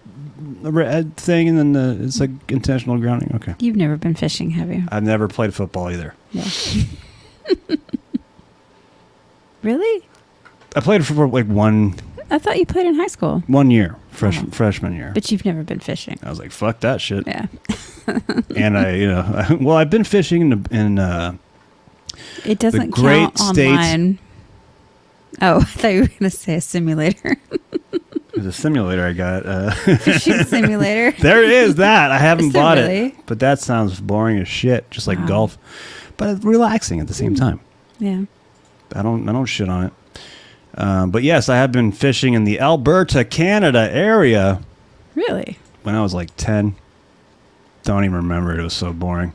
B: uh, thing, and then the, it's like intentional grounding. Okay,
C: You've never been fishing, have you?
B: I've never played football either.
C: Yeah. Really?
B: I played for like one
C: I thought you played in high school,
B: one year, freshman freshman year.
C: Oh. but you've never been fishing.
B: I was like, fuck that shit.
C: Yeah.
B: and I, you know, well, I've been fishing in, in uh,
C: It doesn't
B: great
C: count
B: states-
C: online. Oh, I thought you were going to say a simulator.
B: it was a simulator I got. Uh,
C: Fishing simulator.
B: there is that. I haven't
C: Is there
B: bought
C: really?
B: it, but that sounds boring as shit, just like
C: Wow. Hmm.
B: golf, but it's relaxing at the same time.
C: yeah.
B: I don't I don't shit on it. Um, but yes, I have been fishing in the Alberta, Canada area
C: Really?
B: when I was like ten. Don't even remember it. It was so boring.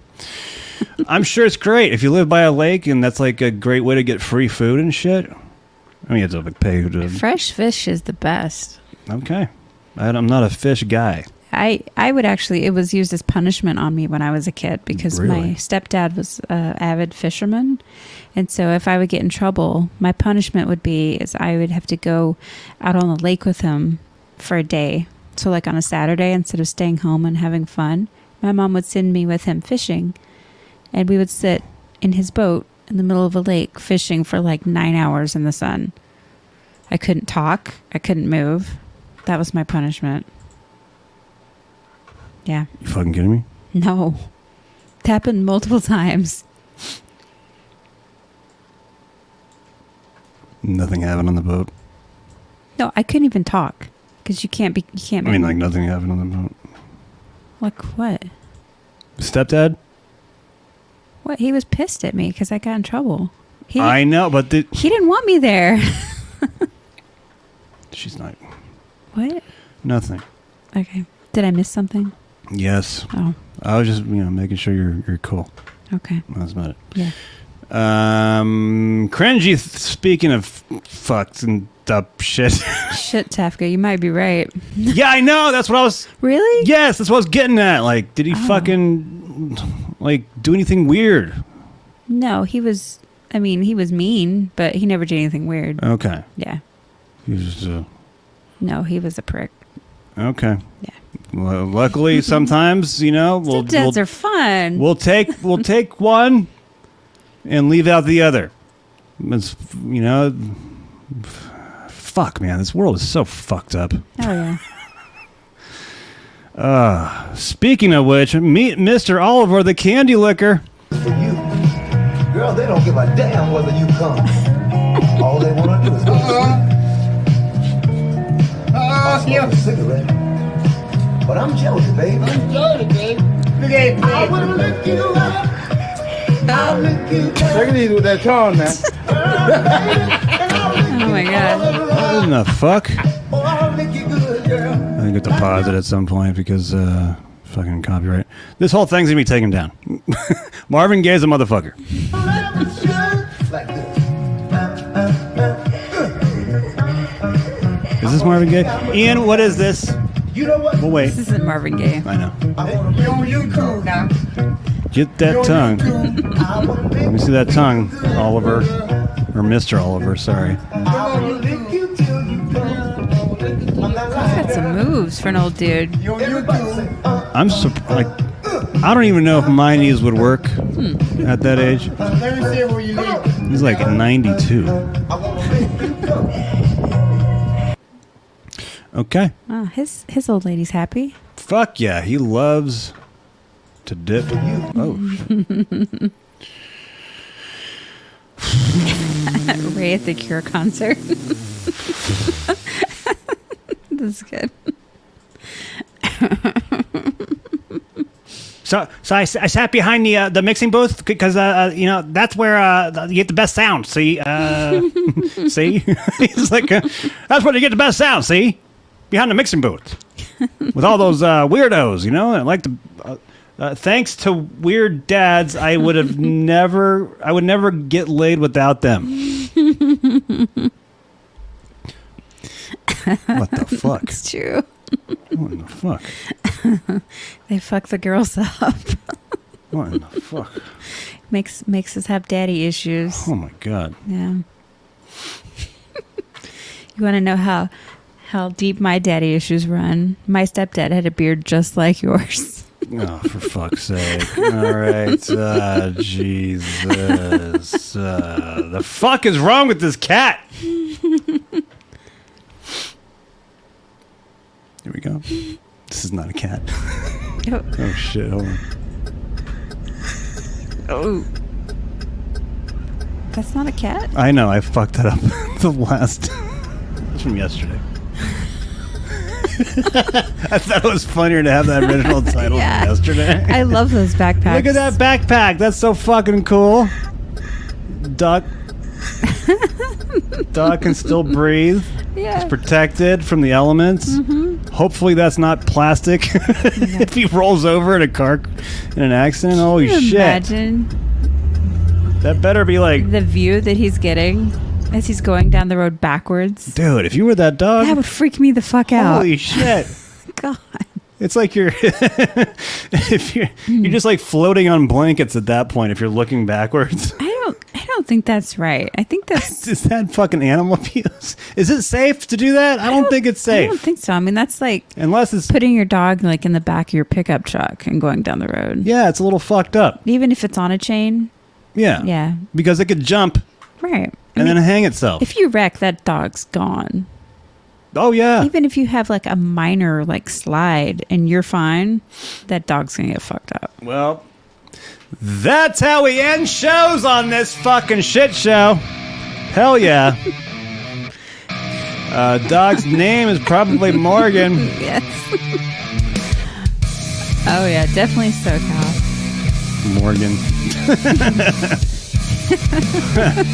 B: I'm sure it's great if you live by a lake and that's like a great way to get free food and shit. I mean, you have to like, pay to.
C: Fresh fish is the best.
B: Okay, I, I'm not a fish guy.
C: I, I would actually, it was used as punishment on me when I was a kid because my
B: Really?
C: stepdad was an avid fisherman. And so if I would get in trouble, my punishment would be is I would have to go out on the lake with him for a day. So like on a Saturday, instead of staying home and having fun, my mom would send me with him fishing. And we would sit in his boat in the middle of a lake fishing for like nine hours in the sun. I couldn't talk. I couldn't move. That was my punishment. Yeah.
B: You fucking kidding me?
C: No. It happened multiple times.
B: Nothing happened on the boat.
C: No, I couldn't even talk because you can't be. You can't.
B: I mean,
C: be-
B: like nothing happened on the boat.
C: like what?
B: Stepdad?
C: What? He was pissed at me because I got in trouble. He
B: I know, but the,
C: he didn't want me there.
B: she's not.
C: what?
B: Nothing.
C: Okay. Did I miss something?
B: Yes.
C: Oh.
B: I was just you know making sure you're you're cool.
C: Okay.
B: That's about it.
C: Yeah.
B: Um, cringy. th- Speaking of fucked and up shit.
C: Shit, Tafka, you might be right.
B: yeah, I know. That's what I was.
C: Really? Oh.
B: Yes, that's what I was getting at. Like, did he fucking like do anything weird?
C: No, he was. I mean, he was mean, but he never did anything weird.
B: Okay.
C: Yeah.
B: He was just uh,
C: No, he was a prick.
B: okay. Yeah. Well, luckily, sometimes you know we'll
C: Dads
B: we'll,
C: are fun.
B: we'll take we'll take one and leave out the other. It's you know, f- fuck man, this world is so fucked up.
C: oh yeah.
B: Uh, speaking of which, meet Mr. Oliver the Candy Licker.
T: Girl, they don't give a damn whether you come. All they want to do is go to sleep. I smoke a cigarette. But I'm Jody, babe. I'm Jody, babe. I will lick you up. I'll lick you Take it easy with that tongue now.
C: oh my god.
B: What in the fuck?
T: Oh, I'll lick you good, girl.
B: I think it's to pause it at some point because uh, fucking copyright. This whole thing's gonna be taken down. Marvin Gaye's a motherfucker.
T: Like this.
B: Is this Marvin Gaye? Ian, what is this?
T: You know what?
B: Well, wait.
C: This isn't Marvin Gaye.
B: I know.
T: You on YouTube now.
B: Get that tongue. Let me see that tongue, Oliver. Or Mr. Oliver, sorry.
T: I'll lick you till you come. I'm not lying.
C: Got some moves for an old dude.
T: You on YouTube.
B: I'm surprised. Like, I don't even know if my knees would work at that age.
T: Let me see where you live.
B: He's like 92. Okay.
C: Oh, his his old lady's happy.
B: Fuck yeah, he loves to dip. Oh,
C: Ray at the Cure concert. this is good.
B: So, so I, s- I sat behind the uh, the mixing booth because uh, uh, you know that's where uh, th- you get the best sound. See, uh, see, it's like uh, that's where you get the best sound. See, behind the mixing booth with all those uh, weirdos. You know, I like the. Uh, uh, thanks to weird dads, I would have never, I would never get laid without them. What the fuck?
C: It's true.
B: What in the fuck?
C: They fuck the girls up.
B: What in the fuck?
C: makes makes us have daddy issues.
B: Oh my god.
C: Yeah. you want to know how how deep my daddy issues run? My stepdad had a beard just like yours.
B: Oh, for fuck's sake. All right. Uh, Jesus. Uh, the fuck is wrong with this cat? Here we go. This is not a cat.
C: Oh.
B: oh, shit. Hold on.
C: Oh. That's not a cat?
B: I know. I fucked that up the last. It's from yesterday. I thought it was funnier to have that original title
C: Yeah.
B: from yesterday.
C: I love those backpacks.
B: Look at that backpack. That's so fucking cool. Duck. Duck can still breathe.
C: Yeah. Mm-hmm.
B: It's protected from the elements. Hopefully that's not plastic. if he rolls over in a car in an accident, holy
C: Can you
B: shit.
C: Imagine
B: That better be like,
C: the view that he's getting as he's going down the road backwards.
B: dude, if you were that dog,
C: That would freak me the fuck out.
B: holy shit.
C: God.
B: It's like you're if you're you're just like floating on blankets at that point if you're looking backwards.
C: I don't I don't think that's right. I think that's
B: Is that fucking animal abuse? Is it safe to do that? I don't, think it's
C: I
B: safe.
C: don't think so. I mean that's like
B: Unless it's
C: putting your dog like in the back of your pickup truck and going down the road.
B: Yeah, it's a little fucked up.
C: Even if it's on a chain.
B: Yeah.
C: Yeah.
B: Because it could jump
C: Right. I
B: and
C: mean,
B: then hang itself.
C: if you wreck that dog's gone.
B: oh yeah.
C: Even if you have like a minor like slide and you're fine, that dog's gonna get fucked up.
B: Well, that's how we end shows on this fucking shit show. Hell yeah. uh, dog's name is probably Morgan.
C: Yes. oh yeah, definitely SoCal.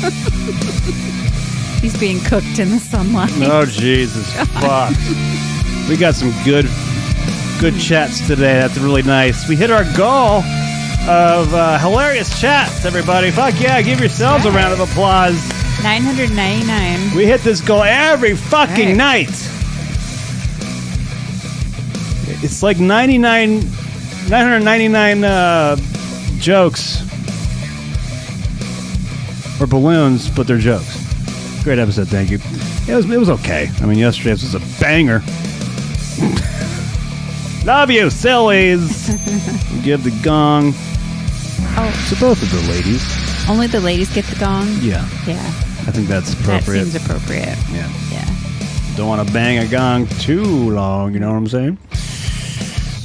B: Morgan.
C: He's being cooked in the sunlight.
B: Oh Jesus fuck. We got some good good chats today. That's really nice. We hit our goal of uh, hilarious chats, everybody. Fuck yeah, give yourselves a round of applause.
C: 999.
B: We hit this goal every fucking
C: Right.
B: night. It's like 99 999 uh, jokes or balloons, but they're jokes. Great episode, thank you. It was it was okay. I mean, yesterday was a banger. Love you, sillies. Give the gong
C: Oh,
B: to both of the ladies.
C: only the ladies get the gong?
B: Yeah,
C: Yeah.
B: I think that's appropriate.
C: That seems appropriate.
B: yeah.
C: Yeah.
B: Don't want to bang a gong too long, you know what I'm saying?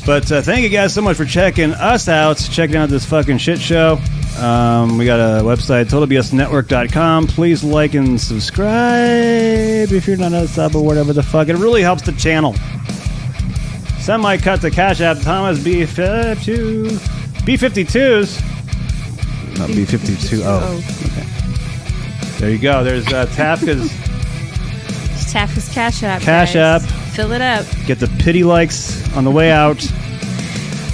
B: But uh, thank you guys so much for checking us out, checking out this fucking shit show. Um, we got a website, totalbsnetwork.com. Please like and subscribe if you're not a sub or whatever the fuck. It really helps the channel. Send my cut to Cash App, Thomas B52. B52s. Not B52. Oh. Okay. There you go. There's uh, Tafka's.
C: Just tap his cash app.
B: Cash App.
C: guys. Fill it up.
B: Get the pity likes on the way out.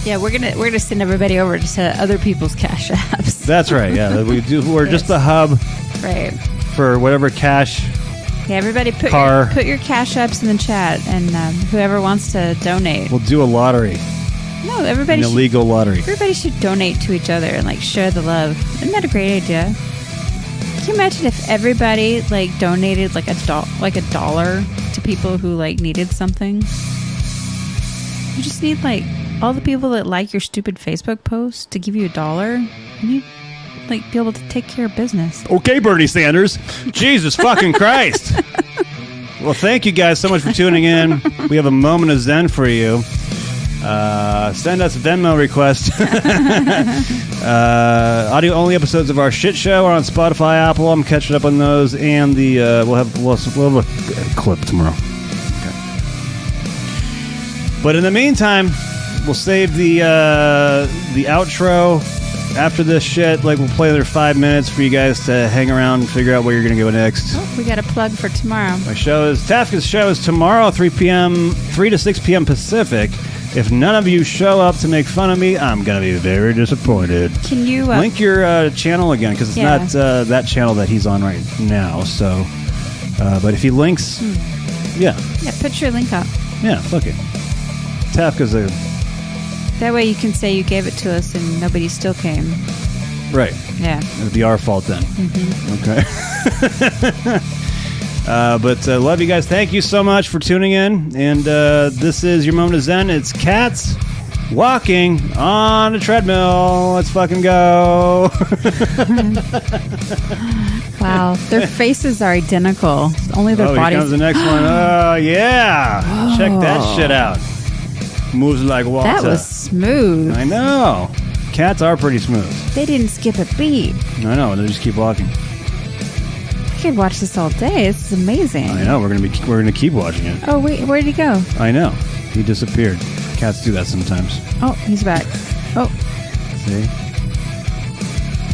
C: Yeah, we're gonna we're gonna send everybody over to other people's cash apps.
B: That's right. Yeah, we do. We're just the hub
C: Right.
B: for whatever cash.
C: Yeah, everybody put
B: Car.
C: your, put your cash apps in the chat, and um, whoever wants to donate.
B: We'll do a lottery,
C: No, everybody.
B: an
C: should-
B: illegal lottery.
C: Everybody should donate to each other and like share the love. Isn't that a great idea? Can you imagine if everybody like donated like a do- like a dollar to people who like needed something? You just need like all the people that like your stupid Facebook post to give you a dollar, and you like be able to take care of business.
B: Okay, Bernie Sanders. Jesus fucking Christ. Well, thank you guys so much for tuning in. We have a moment of zen for you. Uh, send us Venmo requests. uh, audio only episodes of our shit show are on Spotify, Apple. I'm catching up on those, and the uh, we'll have we'll, we'll have a clip tomorrow. But in the meantime, we'll save the uh, the outro after this shit. Like we'll play another five minutes for you guys to hang around and figure out where you're gonna go next.
C: We got a plug for tomorrow.
B: My show is Tafka's show is tomorrow, 3 p.m., 3 to 6 p.m. Pacific. If none of you show up to make fun of me, I'm gonna be very disappointed.
C: Can you uh,
B: Link your uh, channel again because it's
C: Yeah.
B: not uh, that channel that he's on right now. So, uh, but if he links, yeah,
C: yeah put your link up?
B: yeah, fuck it. Tafka's a
C: That way you can say you gave it to us and nobody still came.
B: right.
C: Yeah.
B: It'd be our fault then.
C: Mhm. Mm-hmm.
B: Okay. uh, but uh, love you guys. Thank you so much for tuning in. And uh, this is your moment of Zen. It's Cats Walking on a treadmill. Let's fucking go. Oh,
C: Wow, their faces are identical. Only their
B: oh,
C: bodies.
B: here comes the next one. Oh, yeah. Check that
C: Whoa.
B: shit out. Moves like water.
C: that was smooth.
B: I know. Cats are pretty smooth.
C: They didn't skip a beat.
B: I know. They just keep walking.
C: I could watch this all day. This is amazing.
B: I know. We're gonna be. We're gonna keep watching it.
C: Oh wait, where'd he go?
B: I know. He disappeared. Cats do that sometimes.
C: Oh, he's back. Oh,
B: See.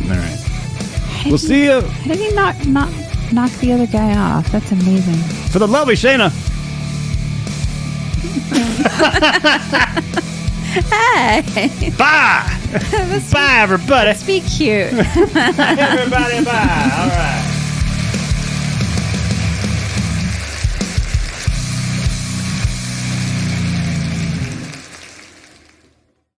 B: All right.
C: how did
B: We'll
C: he-
B: see you
C: How did he knock knock knock the other guy off? That's amazing.
B: for the lovely Shayna.
C: Hey.
B: Bye.
C: Bye,
B: everybody.
C: Let's be cute.
B: everybody, bye. All right.